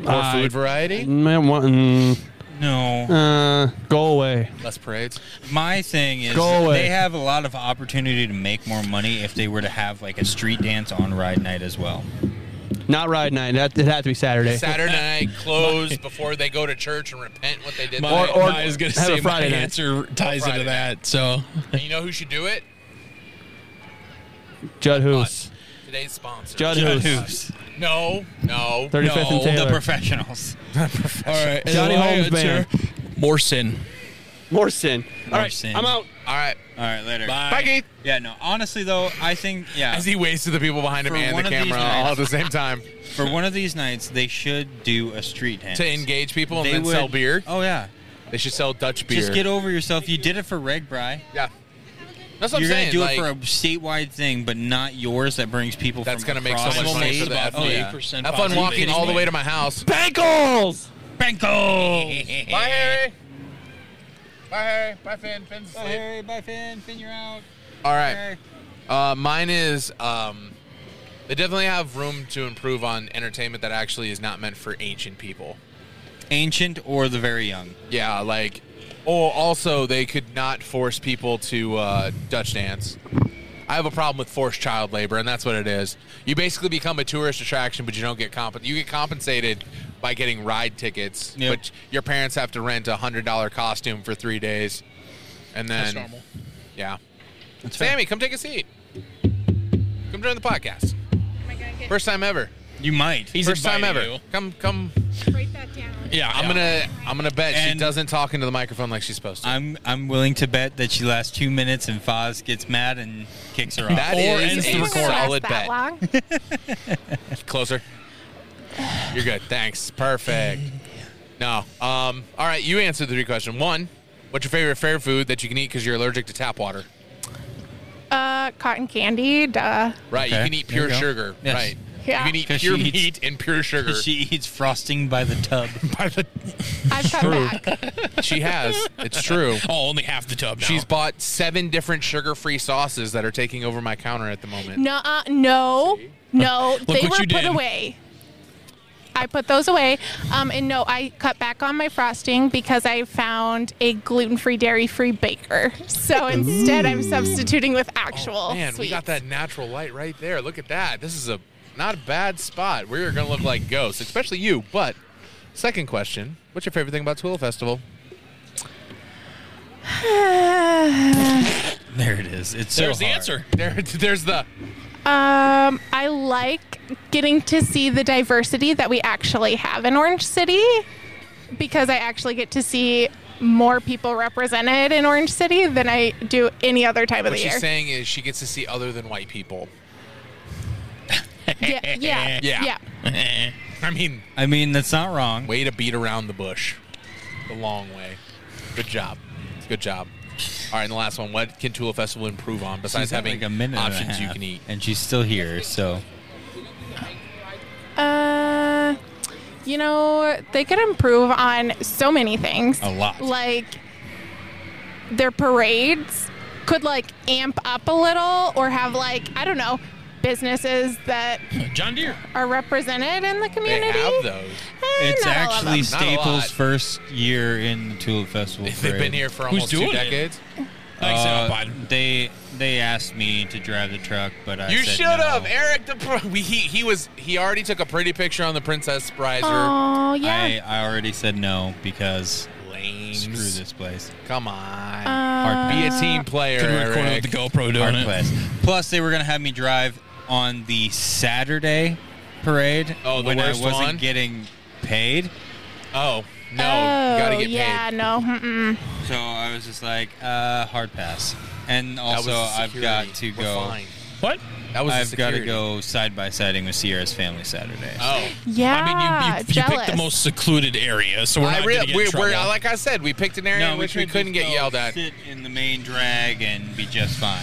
Speaker 6: More
Speaker 2: I-
Speaker 6: food variety,
Speaker 2: man, what- mm,
Speaker 7: No.
Speaker 2: uh, go away.
Speaker 6: less parades.
Speaker 7: My thing is
Speaker 2: Go away.
Speaker 7: they have a lot of opportunity to make more money if they were to have like a street dance on ride night as well.
Speaker 2: Not ride night. That it had to be Saturday.
Speaker 6: Saturday night closed before they go to church and repent what they did.
Speaker 5: My,
Speaker 6: that
Speaker 2: or-
Speaker 5: my is gonna
Speaker 2: have a
Speaker 5: say my
Speaker 2: Friday night.
Speaker 5: answer ties
Speaker 6: Friday
Speaker 5: into that. So
Speaker 6: day. and you know who should do it?
Speaker 2: Judd Hoos.
Speaker 6: Us. Today's sponsor.
Speaker 2: Judd Hoos.
Speaker 7: Who's?
Speaker 6: No, no.
Speaker 2: 35th and
Speaker 6: no.
Speaker 7: The
Speaker 2: Taylor.
Speaker 7: professionals.
Speaker 5: all right.
Speaker 2: Johnny
Speaker 5: my
Speaker 2: Holmes
Speaker 5: answer, More sin.
Speaker 2: More sin. All
Speaker 7: More
Speaker 2: right,
Speaker 7: sin.
Speaker 2: I'm out.
Speaker 6: All right.
Speaker 7: All right, later.
Speaker 5: Bye.
Speaker 6: Bye, Keith.
Speaker 7: Yeah, no. Honestly though, I think yeah.
Speaker 6: As he waits to the people behind him
Speaker 7: For
Speaker 6: and
Speaker 7: one
Speaker 6: the
Speaker 7: of these
Speaker 6: camera
Speaker 7: nights.
Speaker 6: all at the same time
Speaker 7: For one of these nights, they should do a street dance
Speaker 6: to engage people and
Speaker 7: They
Speaker 6: then
Speaker 7: would-
Speaker 6: sell beer.
Speaker 7: Oh yeah.
Speaker 6: They should sell Dutch beer.
Speaker 7: Just get over yourself. You did it for Reg Bry.
Speaker 6: yeah. That's what
Speaker 7: You're gonna
Speaker 6: I'm saying.
Speaker 7: do
Speaker 6: like,
Speaker 7: it for a statewide thing, but not yours that brings people.
Speaker 6: that's
Speaker 7: going to
Speaker 6: make so much money for the FD.
Speaker 5: about
Speaker 7: Oh, yeah.
Speaker 6: Have fun walking all the way to my house.
Speaker 2: Bankles.
Speaker 7: Benko.
Speaker 6: Bye, Harry. Bye, Harry. Bye, Finn. Finn's asleep.
Speaker 7: bye, Finn. Finn, you're out.
Speaker 6: All right. Uh, mine is um, they definitely have room to improve on entertainment that actually is not meant for ancient people.
Speaker 7: Ancient or the very young.
Speaker 6: Yeah, like. Oh, also they could not force people to uh, Dutch dance. I have a problem with forced child labor, and that's what it is. You basically become a tourist attraction, but you don't get comp. You get compensated by getting ride tickets,
Speaker 7: Yep.
Speaker 6: but your parents have to rent a hundred dollar costume for three days, and then
Speaker 5: That's normal.
Speaker 6: yeah. Sammy, come take a seat. Come join the podcast.
Speaker 4: Am I gonna get
Speaker 6: First time ever.
Speaker 7: You might.
Speaker 5: He's
Speaker 6: First time
Speaker 5: inviting
Speaker 6: ever.
Speaker 5: you.
Speaker 6: Come, come.
Speaker 4: write that down?
Speaker 5: Yeah.
Speaker 6: I'm gonna, I'm gonna bet she
Speaker 7: And-
Speaker 6: doesn't talk into the microphone like she's supposed to.
Speaker 7: I'm I'm willing to bet that she lasts two minutes and Foz gets mad and kicks her off.
Speaker 6: That
Speaker 5: Or
Speaker 6: is
Speaker 5: ends
Speaker 6: a
Speaker 5: the
Speaker 4: Is it gonna
Speaker 5: recording.
Speaker 4: last
Speaker 6: solid
Speaker 4: that
Speaker 6: bet.
Speaker 4: long?
Speaker 6: Closer. You're good. Thanks. Perfect. No. Um. All right. You answered the three question. One. What's your favorite fair food that you can eat because you're allergic to tap water?
Speaker 4: Uh, cotton candy, duh.
Speaker 6: Right. You
Speaker 7: Okay.
Speaker 6: can eat
Speaker 7: There you
Speaker 6: pure
Speaker 7: go.
Speaker 6: sugar.
Speaker 7: Yes.
Speaker 6: Right.
Speaker 4: Yeah.
Speaker 6: You can eat
Speaker 7: 'Cause
Speaker 6: pure
Speaker 7: she eats-
Speaker 6: meat and pure sugar. She,
Speaker 7: She eats frosting by the tub.
Speaker 4: I've come back.
Speaker 6: has. It's true.
Speaker 5: Oh, only half the tub now.
Speaker 6: She's bought seven different sugar-free sauces that are taking over my counter at the moment.
Speaker 4: No, no, no. they
Speaker 5: what
Speaker 4: were
Speaker 5: you
Speaker 4: put
Speaker 5: did.
Speaker 4: away. I put those away. Um, and no, I cut back on my frosting because I found a gluten-free, dairy-free baker. So instead, I'm substituting with actual.
Speaker 6: Oh, Man, we got
Speaker 4: sweets.
Speaker 6: that natural light right there. Look at that. This is a not a bad spot. We're gonna look like ghosts, especially you. But second question: What's your favorite thing about Twill Festival?
Speaker 7: There it is. It's so
Speaker 6: There's the
Speaker 7: hard.
Speaker 6: answer. There, there's the.
Speaker 4: Um, I like getting to see the diversity that we actually have in Orange City because I actually get to see more people represented in Orange City than I do any other time of
Speaker 6: What
Speaker 4: the
Speaker 6: she's
Speaker 4: year.
Speaker 6: saying is she gets to see other than white people.
Speaker 4: Yeah, yeah,
Speaker 6: Yeah.
Speaker 4: yeah.
Speaker 6: I mean,
Speaker 7: I mean, that's not wrong.
Speaker 6: way to beat around the bush, the long way. Good job. Good job. All right, and the last one. What can Tula Festival improve on besides
Speaker 7: She's had,
Speaker 6: having
Speaker 7: like a minute and a
Speaker 6: options you
Speaker 7: half,
Speaker 6: can eat?
Speaker 7: and she's still here. So
Speaker 4: Uh, you know, they could improve on so many things.
Speaker 7: A lot.
Speaker 4: Like their parades could like amp up a little or have like, I don't know, businesses that
Speaker 5: John Deere.
Speaker 4: are represented in the
Speaker 6: They
Speaker 4: community.
Speaker 6: have those.
Speaker 4: Eh,
Speaker 7: it's
Speaker 4: not all of
Speaker 7: actually
Speaker 4: them.
Speaker 6: Not a lot.
Speaker 7: Staples' first year in the Tulip Festival.
Speaker 6: They've been
Speaker 7: parade.
Speaker 6: here for
Speaker 5: Who's
Speaker 6: almost two
Speaker 5: doing it?
Speaker 6: decades.
Speaker 5: Thanks,
Speaker 7: Uh,
Speaker 5: uh, Biden.
Speaker 7: They they asked me to drive the truck, but I
Speaker 6: You
Speaker 7: said
Speaker 6: should have,
Speaker 7: no.
Speaker 6: Eric. The pro- we, he he was he already took a pretty picture on the Princess Riser.
Speaker 4: Oh,
Speaker 7: I,
Speaker 4: yeah.
Speaker 7: I already said no because
Speaker 6: Lames.
Speaker 7: screw this place.
Speaker 6: Come on,
Speaker 4: Uh,
Speaker 6: be a team player,
Speaker 5: Could have recorded
Speaker 6: Eric.
Speaker 5: with the GoPro doing
Speaker 7: Hard
Speaker 5: it.
Speaker 7: place. Plus, they were gonna have me drive on the Saturday parade
Speaker 6: Oh, the
Speaker 7: when I
Speaker 6: worst
Speaker 7: wasn't
Speaker 6: one?
Speaker 7: getting paid.
Speaker 6: Oh no,
Speaker 4: oh,
Speaker 6: you gotta get
Speaker 4: yeah,
Speaker 6: paid.
Speaker 4: no. Mm-mm.
Speaker 7: So I was just like, uh, hard pass. And
Speaker 6: That was
Speaker 7: also,
Speaker 6: the
Speaker 7: I've
Speaker 6: security.
Speaker 7: got to
Speaker 6: We're
Speaker 7: go.
Speaker 6: fine.
Speaker 5: What?
Speaker 6: That was the
Speaker 7: I've got to
Speaker 6: security.
Speaker 7: go side by siding with Sierra's family Saturday.
Speaker 6: Oh,
Speaker 4: Yeah,
Speaker 5: I mean, you, you, you
Speaker 4: jealous.
Speaker 5: picked the most secluded area, so we're
Speaker 6: I
Speaker 5: not
Speaker 6: re-
Speaker 5: gonna get
Speaker 6: we,
Speaker 5: in
Speaker 6: we're
Speaker 5: trouble.
Speaker 6: like I said, we picked an area in which we
Speaker 7: could
Speaker 6: couldn't
Speaker 7: just
Speaker 6: get
Speaker 7: go
Speaker 6: yelled at.
Speaker 7: Sit in the main drag and be just fine.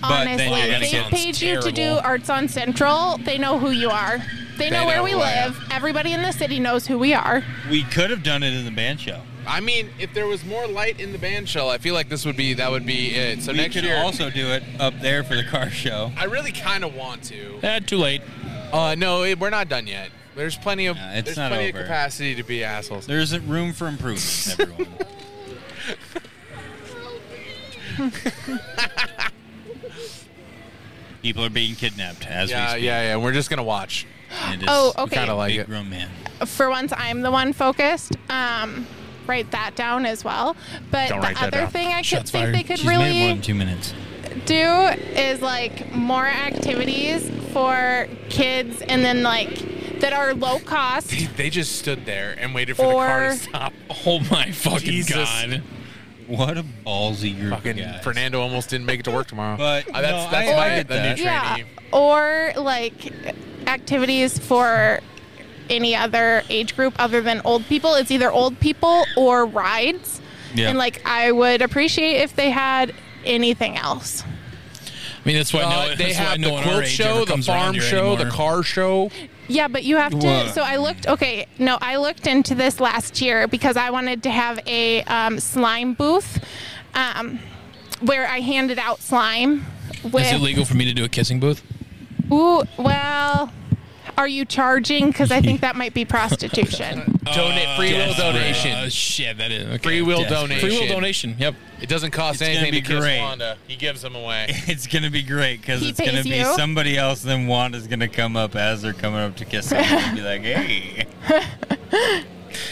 Speaker 7: But
Speaker 4: Honestly,
Speaker 7: then you're gonna
Speaker 4: they
Speaker 7: get.
Speaker 4: paid you to do
Speaker 5: terrible.
Speaker 4: Arts on Central. They know who you are. They know
Speaker 6: They
Speaker 4: where
Speaker 6: know
Speaker 4: we
Speaker 6: who I am.
Speaker 4: live. Everybody in the city knows who we are.
Speaker 7: We could have done it in the band show.
Speaker 6: I mean, if there was more light in the band shell, I feel like this would be that would be it. So
Speaker 7: we
Speaker 6: next
Speaker 7: could
Speaker 6: year,
Speaker 7: also do it up there for the car show.
Speaker 6: I really kind of want to.
Speaker 5: Eh, too late.
Speaker 6: Uh, no, it, we're not done yet. There's plenty of
Speaker 7: Nah, it's
Speaker 6: there's
Speaker 7: not
Speaker 6: plenty
Speaker 7: over.
Speaker 6: of capacity to be assholes.
Speaker 7: There's a room for improvement, everyone. People are being kidnapped as
Speaker 6: yeah,
Speaker 7: we speak.
Speaker 6: yeah, yeah. We're just gonna watch.
Speaker 7: and it's
Speaker 4: Oh,
Speaker 7: a
Speaker 4: okay.
Speaker 6: kinda like
Speaker 7: big
Speaker 6: it.
Speaker 7: grown man.
Speaker 4: For once, I'm the one focused. Um, write that down as well. But
Speaker 6: Don't write
Speaker 4: the
Speaker 6: that
Speaker 4: other
Speaker 6: down.
Speaker 4: thing I could
Speaker 5: Shots
Speaker 4: think
Speaker 5: fired.
Speaker 4: they could
Speaker 7: She's made more
Speaker 4: really
Speaker 7: than two minutes.
Speaker 4: do is like more activities for kids, and then like that are low cost.
Speaker 6: They, they just stood there and waited for the car
Speaker 4: Or-
Speaker 6: to stop.
Speaker 5: Oh my fucking
Speaker 6: Jesus.
Speaker 5: god!
Speaker 7: What a ballsy group of
Speaker 6: Fucking
Speaker 7: guys.
Speaker 6: Fernando almost didn't make it to work tomorrow.
Speaker 7: But,
Speaker 6: Uh, that's
Speaker 7: no,
Speaker 6: that's
Speaker 7: I-
Speaker 6: my
Speaker 7: I get
Speaker 6: the new
Speaker 7: that.
Speaker 6: trainee.
Speaker 4: Yeah, or like activities for any other age group other than old people. It's either old people or rides.
Speaker 7: Yeah.
Speaker 4: And like I would appreciate if they had anything else.
Speaker 5: I mean, that's why
Speaker 6: Uh,
Speaker 5: no,
Speaker 6: they
Speaker 5: that's why
Speaker 6: have
Speaker 5: no
Speaker 6: the
Speaker 5: one our
Speaker 6: quilt
Speaker 5: age
Speaker 6: show,
Speaker 5: ever
Speaker 6: the
Speaker 5: comes
Speaker 6: farm
Speaker 5: around here
Speaker 6: show, the
Speaker 5: anymore.
Speaker 6: car show.
Speaker 4: Yeah, but you have to.
Speaker 7: What?
Speaker 4: So I looked. Okay, no, I looked into this last year because I wanted to have a um, slime booth um, where I handed out slime. With,
Speaker 5: Is it legal for me to do a kissing booth?
Speaker 4: Ooh, well, are you charging? Because I think that might be prostitution.
Speaker 7: Uh,
Speaker 6: Donate free will
Speaker 5: Desperate.
Speaker 6: donation.
Speaker 7: Oh,
Speaker 5: Uh, shit, that is okay.
Speaker 6: Free will
Speaker 5: Desperate. Free
Speaker 6: donation.
Speaker 5: will donation. Yep.
Speaker 6: It doesn't
Speaker 7: It's
Speaker 6: cost
Speaker 7: gonna
Speaker 6: anything to
Speaker 7: be
Speaker 6: kiss
Speaker 7: great.
Speaker 6: Wanda. He gives them away.
Speaker 7: It's gonna be great because
Speaker 4: He
Speaker 7: it's gonna
Speaker 4: pays
Speaker 7: be
Speaker 4: you?
Speaker 7: somebody else than Wanda's gonna come up as they're coming up to kiss someone and be like, "Hey."
Speaker 5: I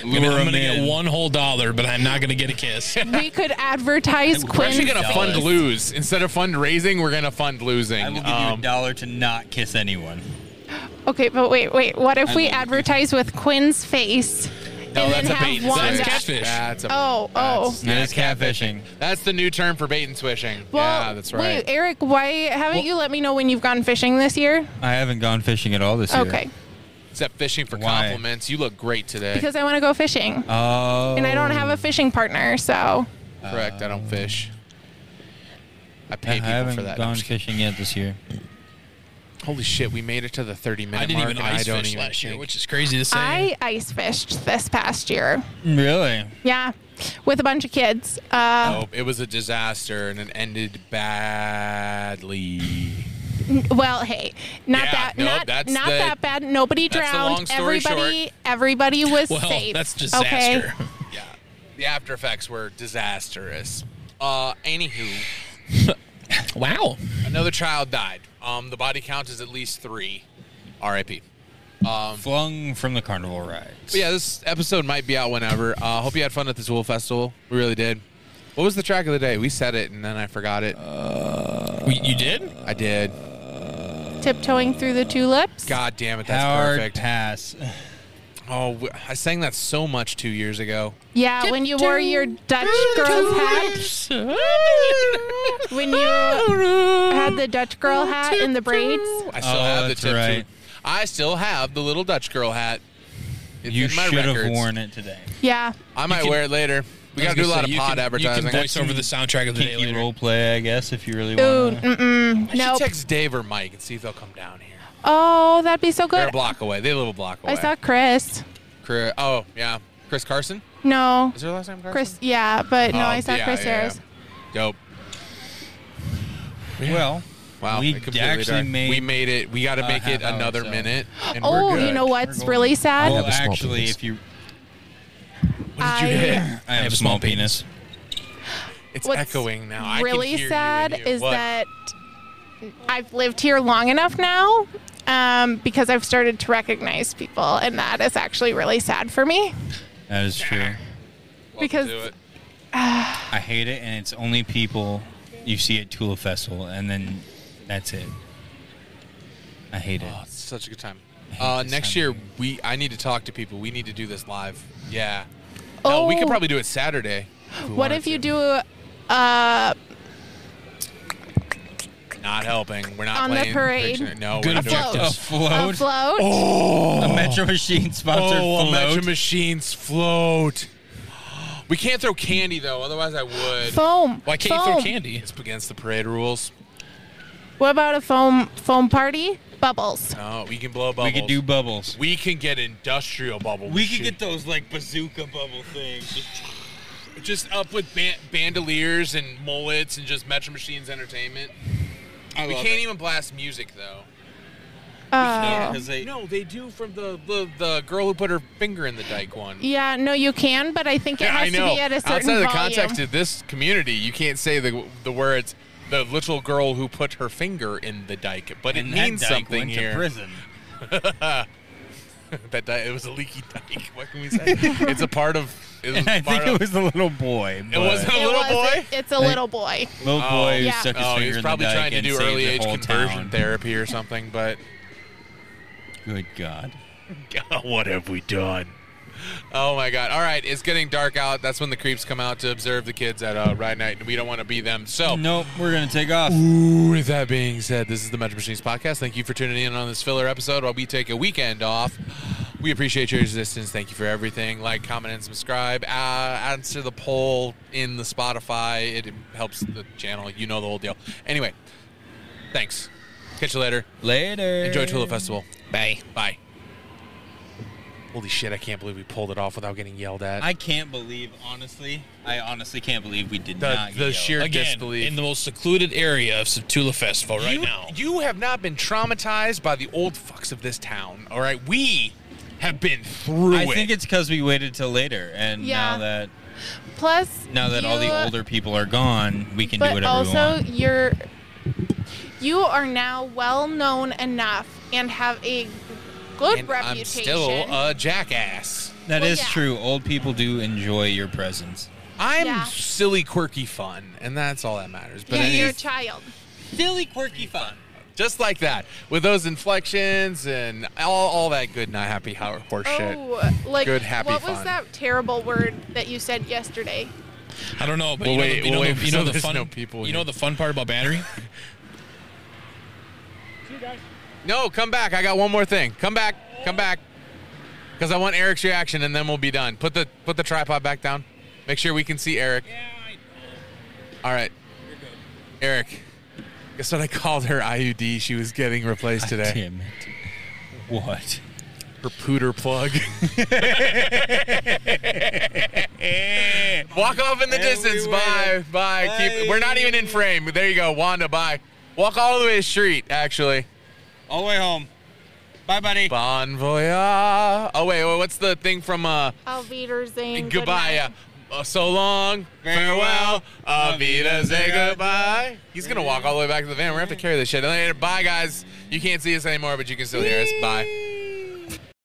Speaker 5: mean,
Speaker 7: Lure
Speaker 5: I'm
Speaker 7: 'em
Speaker 5: gonna
Speaker 7: in.
Speaker 5: get one whole dollar, but I'm not gonna get a kiss.
Speaker 4: we could advertise
Speaker 7: We're
Speaker 6: We're
Speaker 4: Quinn's
Speaker 6: actually going to fund
Speaker 7: Dollars.
Speaker 6: lose. Instead of fundraising, we're going to fund losing.
Speaker 7: I will give you
Speaker 6: Um,
Speaker 7: a dollar to not kiss anyone.
Speaker 4: Okay, but wait, wait. What if
Speaker 7: I
Speaker 4: we
Speaker 7: love you.
Speaker 4: advertise with Quinn's face
Speaker 5: Oh,
Speaker 6: no,
Speaker 4: and
Speaker 6: that's
Speaker 4: then
Speaker 6: a
Speaker 4: have
Speaker 6: bait
Speaker 4: Wanda?
Speaker 6: and
Speaker 5: That's
Speaker 6: switch.
Speaker 5: catfish.
Speaker 6: That's a,
Speaker 4: Oh, oh.
Speaker 6: that's-
Speaker 7: That is catfishing.
Speaker 6: That's the new term for bait and swishing.
Speaker 4: Well,
Speaker 6: yeah, that's right.
Speaker 4: Wait, Eric, why haven't
Speaker 7: Well-
Speaker 4: you let me know when you've gone fishing this year?
Speaker 7: I haven't gone fishing at all this year.
Speaker 4: Okay,
Speaker 6: Except fishing for
Speaker 7: Why?
Speaker 6: compliments. You look great today.
Speaker 4: because I want to go fishing,
Speaker 7: Oh.
Speaker 4: and I don't have a fishing partner, so
Speaker 6: Correct. I don't fish. I
Speaker 7: I
Speaker 6: pay people
Speaker 7: Um, haven't
Speaker 6: for that. No, I'm
Speaker 7: gone
Speaker 6: just kidding.
Speaker 7: fishing yet this year.
Speaker 6: Holy shit, we made it to the 30 minute
Speaker 5: I didn't
Speaker 6: mark.
Speaker 5: even
Speaker 6: and
Speaker 5: ice
Speaker 6: I don't
Speaker 5: fish
Speaker 6: even
Speaker 5: last year,
Speaker 6: think-
Speaker 5: which is crazy to say.
Speaker 4: I ice fished this past year.
Speaker 7: Really?
Speaker 4: Yeah, with a bunch of kids. Uh,
Speaker 6: Oh, it was a disaster and it ended badly.
Speaker 4: Well, hey, not
Speaker 6: Yeah,
Speaker 4: that,
Speaker 6: no,
Speaker 4: not,
Speaker 6: that's
Speaker 4: not
Speaker 6: the-
Speaker 4: that bad. Nobody
Speaker 6: that's the
Speaker 4: drowned.
Speaker 6: long story
Speaker 4: everybody, everybody was
Speaker 5: well,
Speaker 4: safe.
Speaker 5: that's
Speaker 4: Okay.
Speaker 5: disaster.
Speaker 6: Yeah. The after effects were disastrous. Uh, anywho,
Speaker 5: Wow.
Speaker 6: another child died. Um, the body count is at least three. R.I.P.
Speaker 7: Flung from the carnival rides.
Speaker 6: But yeah, this episode might be out whenever. Uh, hope you had fun at the Tool Festival. We really did. What was the track of the day? We said it and then I forgot it.
Speaker 5: We, you did?
Speaker 6: I did.
Speaker 4: Tiptoeing through the tulips.
Speaker 6: God damn it, that's
Speaker 7: Howard
Speaker 6: perfect.
Speaker 7: pass.
Speaker 6: Oh, w- I sang that so much two years ago.
Speaker 4: Yeah, when you wore your Dutch girl hat, when you had the Dutch girl hat and the braids.
Speaker 6: I still
Speaker 7: Oh,
Speaker 6: have the
Speaker 7: that's
Speaker 6: tip
Speaker 7: right.
Speaker 6: too. I still have the little Dutch girl hat. It's
Speaker 7: You
Speaker 6: in my
Speaker 7: should have
Speaker 6: records.
Speaker 7: worn it today.
Speaker 4: Yeah.
Speaker 6: I might
Speaker 5: can-
Speaker 6: wear it later. We got to do a lot of pod advertising.
Speaker 5: You can voice over the soundtrack of the day
Speaker 7: Kinky
Speaker 5: later.
Speaker 7: role play, I guess, if you really
Speaker 4: Ooh,
Speaker 7: want.
Speaker 4: mm-mm.
Speaker 6: I should
Speaker 4: Nope.
Speaker 6: text Dave or Mike and see if they'll come down here.
Speaker 4: Oh, that'd be so
Speaker 6: They're a
Speaker 4: good.
Speaker 6: block away. They live a block away.
Speaker 4: I saw Chris.
Speaker 6: Chris, oh yeah, Chris Carson.
Speaker 4: No.
Speaker 6: Is her last name Carson?
Speaker 4: Chris, yeah, but no,
Speaker 6: Oh,
Speaker 4: I saw
Speaker 6: yeah,
Speaker 4: Chris
Speaker 6: yeah, yeah.
Speaker 4: Harris.
Speaker 6: Dope.
Speaker 7: Well,
Speaker 6: Wow,
Speaker 7: We
Speaker 6: it completely
Speaker 7: actually
Speaker 6: dark.
Speaker 7: made
Speaker 6: we made it. We got to
Speaker 7: a
Speaker 6: make it
Speaker 7: half hour,
Speaker 6: another
Speaker 7: so-
Speaker 6: minute. And
Speaker 4: Oh,
Speaker 6: we're Oh, good.
Speaker 4: you know what's really sad?
Speaker 7: well
Speaker 10: a small
Speaker 7: actually,
Speaker 10: penis.
Speaker 7: if you,
Speaker 4: I,
Speaker 7: I have, a small penis.
Speaker 6: It's
Speaker 4: What's
Speaker 6: echoing now. I can
Speaker 4: really
Speaker 6: hear you
Speaker 4: sad
Speaker 6: and you.
Speaker 4: is
Speaker 6: What?
Speaker 4: that I've lived here long enough now um, because I've started to recognize people, and that is actually really sad for me
Speaker 7: That is true.
Speaker 4: because
Speaker 6: do it.
Speaker 7: I hate it, and it's only people you see at Tula Festival, and then that's it. I hate it.
Speaker 6: Oh, it's such a good time.
Speaker 7: hate
Speaker 6: Uh,
Speaker 7: this
Speaker 6: next
Speaker 7: time
Speaker 6: year,
Speaker 7: of year.
Speaker 6: we I need to talk to people. We need to do this live. Yeah. Oh, we could
Speaker 4: Oh.
Speaker 6: probably do it Saturday.
Speaker 4: what if you do uh,
Speaker 6: Not helping. We're not
Speaker 4: On the
Speaker 6: playing
Speaker 4: parade.
Speaker 6: Pictionary. No,
Speaker 5: Good
Speaker 6: we're not doing
Speaker 4: float?
Speaker 5: objectives.
Speaker 4: a
Speaker 7: Float.
Speaker 4: float?
Speaker 7: A Metro Machine sponsored
Speaker 6: Oh,
Speaker 7: float.
Speaker 6: Metro Machines float. We can't throw candy though, otherwise I would.
Speaker 4: Foam.
Speaker 5: Why can't
Speaker 4: foam.
Speaker 5: you throw candy?
Speaker 6: It's against the parade rules.
Speaker 4: What about a foam foam party? Bubbles.
Speaker 6: No, we can blow
Speaker 7: we
Speaker 6: bubbles.
Speaker 7: could do bubbles.
Speaker 6: We can get industrial bubble.
Speaker 7: We could
Speaker 6: machine.
Speaker 7: get those like bazooka bubble things.
Speaker 6: just up with ban- bandoliers and mullets and just Metro Machines entertainment. we can't even blast music though.
Speaker 4: Oh.
Speaker 7: they,
Speaker 6: No, they do from the, the the girl who put her finger in the dike one.
Speaker 4: Yeah, no, you can, but I think it has to be at a certain
Speaker 6: Outside of the
Speaker 4: volume.
Speaker 6: context of this community, you can't say the the words the literal girl who put her finger in the dike, but
Speaker 7: and
Speaker 6: it
Speaker 7: that
Speaker 6: means
Speaker 7: dyke
Speaker 6: something
Speaker 7: went to
Speaker 6: here.
Speaker 7: prison.
Speaker 6: that dike, it was a leaky dike. What can we say? it's a part of. It was
Speaker 7: And I
Speaker 6: part
Speaker 7: think
Speaker 6: of-
Speaker 7: it was a little boy.
Speaker 6: It wasn't
Speaker 4: It
Speaker 6: a little
Speaker 4: was-
Speaker 6: boy.
Speaker 4: It's a little boy.
Speaker 7: Little
Speaker 6: Oh.
Speaker 7: boy who
Speaker 4: Yeah.
Speaker 7: stuck his
Speaker 6: Oh,
Speaker 7: finger
Speaker 6: he was
Speaker 7: in
Speaker 6: probably
Speaker 7: the dike
Speaker 6: trying to
Speaker 7: and
Speaker 6: do
Speaker 7: saved
Speaker 6: early
Speaker 7: the
Speaker 6: age
Speaker 7: whole
Speaker 6: conversion
Speaker 7: town.
Speaker 6: therapy or something, but
Speaker 7: Good God.
Speaker 6: what have we done? Oh my God! All right, it's getting dark out. That's when the creeps come out to observe the kids at uh, ride night, and we don't want to be them. So,
Speaker 7: Nope, we're gonna take off.
Speaker 6: with that being said, this is the Metro Machines podcast. Thank you for tuning in on this filler episode while we take a weekend off. We appreciate your existence. Thank you for everything. Like, comment, and subscribe. Uh, answer the poll in the Spotify. It helps the channel. You know the whole deal. Anyway, thanks. Catch you later.
Speaker 7: Later.
Speaker 6: Enjoy Tula Festival.
Speaker 5: Bye.
Speaker 6: Bye. Holy shit, I can't believe we pulled it off without getting yelled at.
Speaker 7: I can't believe, honestly, I honestly can't believe we did
Speaker 6: The-
Speaker 7: not.
Speaker 6: the
Speaker 7: yell.
Speaker 6: sheer-
Speaker 5: Again,
Speaker 6: disbelief.
Speaker 5: in the most secluded area of Satula Festival right
Speaker 6: you,
Speaker 5: now.
Speaker 6: you have not been traumatized by the old fucks of this town, all right? We have been through
Speaker 7: I
Speaker 6: it.
Speaker 7: think it's because we waited till later, and
Speaker 4: Yeah.
Speaker 7: now that
Speaker 4: Plus,
Speaker 7: now that all
Speaker 4: you-
Speaker 7: the older people are gone, we can do
Speaker 4: but
Speaker 7: whatever we
Speaker 4: also
Speaker 7: want.
Speaker 4: you're you are now well known enough and have a good
Speaker 6: and
Speaker 4: reputation.
Speaker 6: I'm still a jackass.
Speaker 7: That is
Speaker 4: Well, yeah.
Speaker 7: true. Old people do enjoy your presence.
Speaker 6: I'm
Speaker 4: Yeah.
Speaker 6: silly, quirky fun, and that's all that matters. But
Speaker 4: yeah, you're
Speaker 6: anyway,
Speaker 4: a child.
Speaker 7: Silly, quirky fun.
Speaker 6: just like that, with those inflections and all, all that good, not happy ho- horse shit.
Speaker 4: Oh, like
Speaker 6: Good, happy
Speaker 4: what
Speaker 6: fun.
Speaker 4: was that terrible word that you said yesterday?
Speaker 5: I don't know, but
Speaker 6: We'll
Speaker 5: you know,
Speaker 6: wait-
Speaker 5: the, you
Speaker 6: we'll
Speaker 5: know,
Speaker 6: wait
Speaker 5: the,
Speaker 6: for
Speaker 5: you know the
Speaker 6: there's
Speaker 5: fun
Speaker 6: no people
Speaker 5: You
Speaker 6: here.
Speaker 5: know the fun part about battery?
Speaker 6: No, come back. I got one more thing. Come back. Come back. Because I want Eric's reaction, and then we'll be done. Put the put the tripod back down. Make sure we can see Eric. All right. Eric. Guess what I called her IUD? She was getting replaced today.
Speaker 7: Damn it. What?
Speaker 6: Her pooter plug. Walk off in the
Speaker 7: And we
Speaker 6: distance.
Speaker 7: win.
Speaker 6: bye. Bye. Keep, we're not even in frame. There you go. Wanda, bye. Walk all the way to the street, actually.
Speaker 7: All the way home. Bye, buddy.
Speaker 6: Bon voyage. Oh, wait, wait. What's the thing from uh,
Speaker 4: Auf Wiedersehen. good
Speaker 6: Goodbye.
Speaker 4: night.
Speaker 6: yeah. Uh, so long.
Speaker 7: Farewell.
Speaker 6: Farewell. Avita, say goodbye. He's going to walk all the way back to the van. We're going to have to carry this shit. Later. Bye, guys. You can't see us anymore, but you can still hear us. Bye.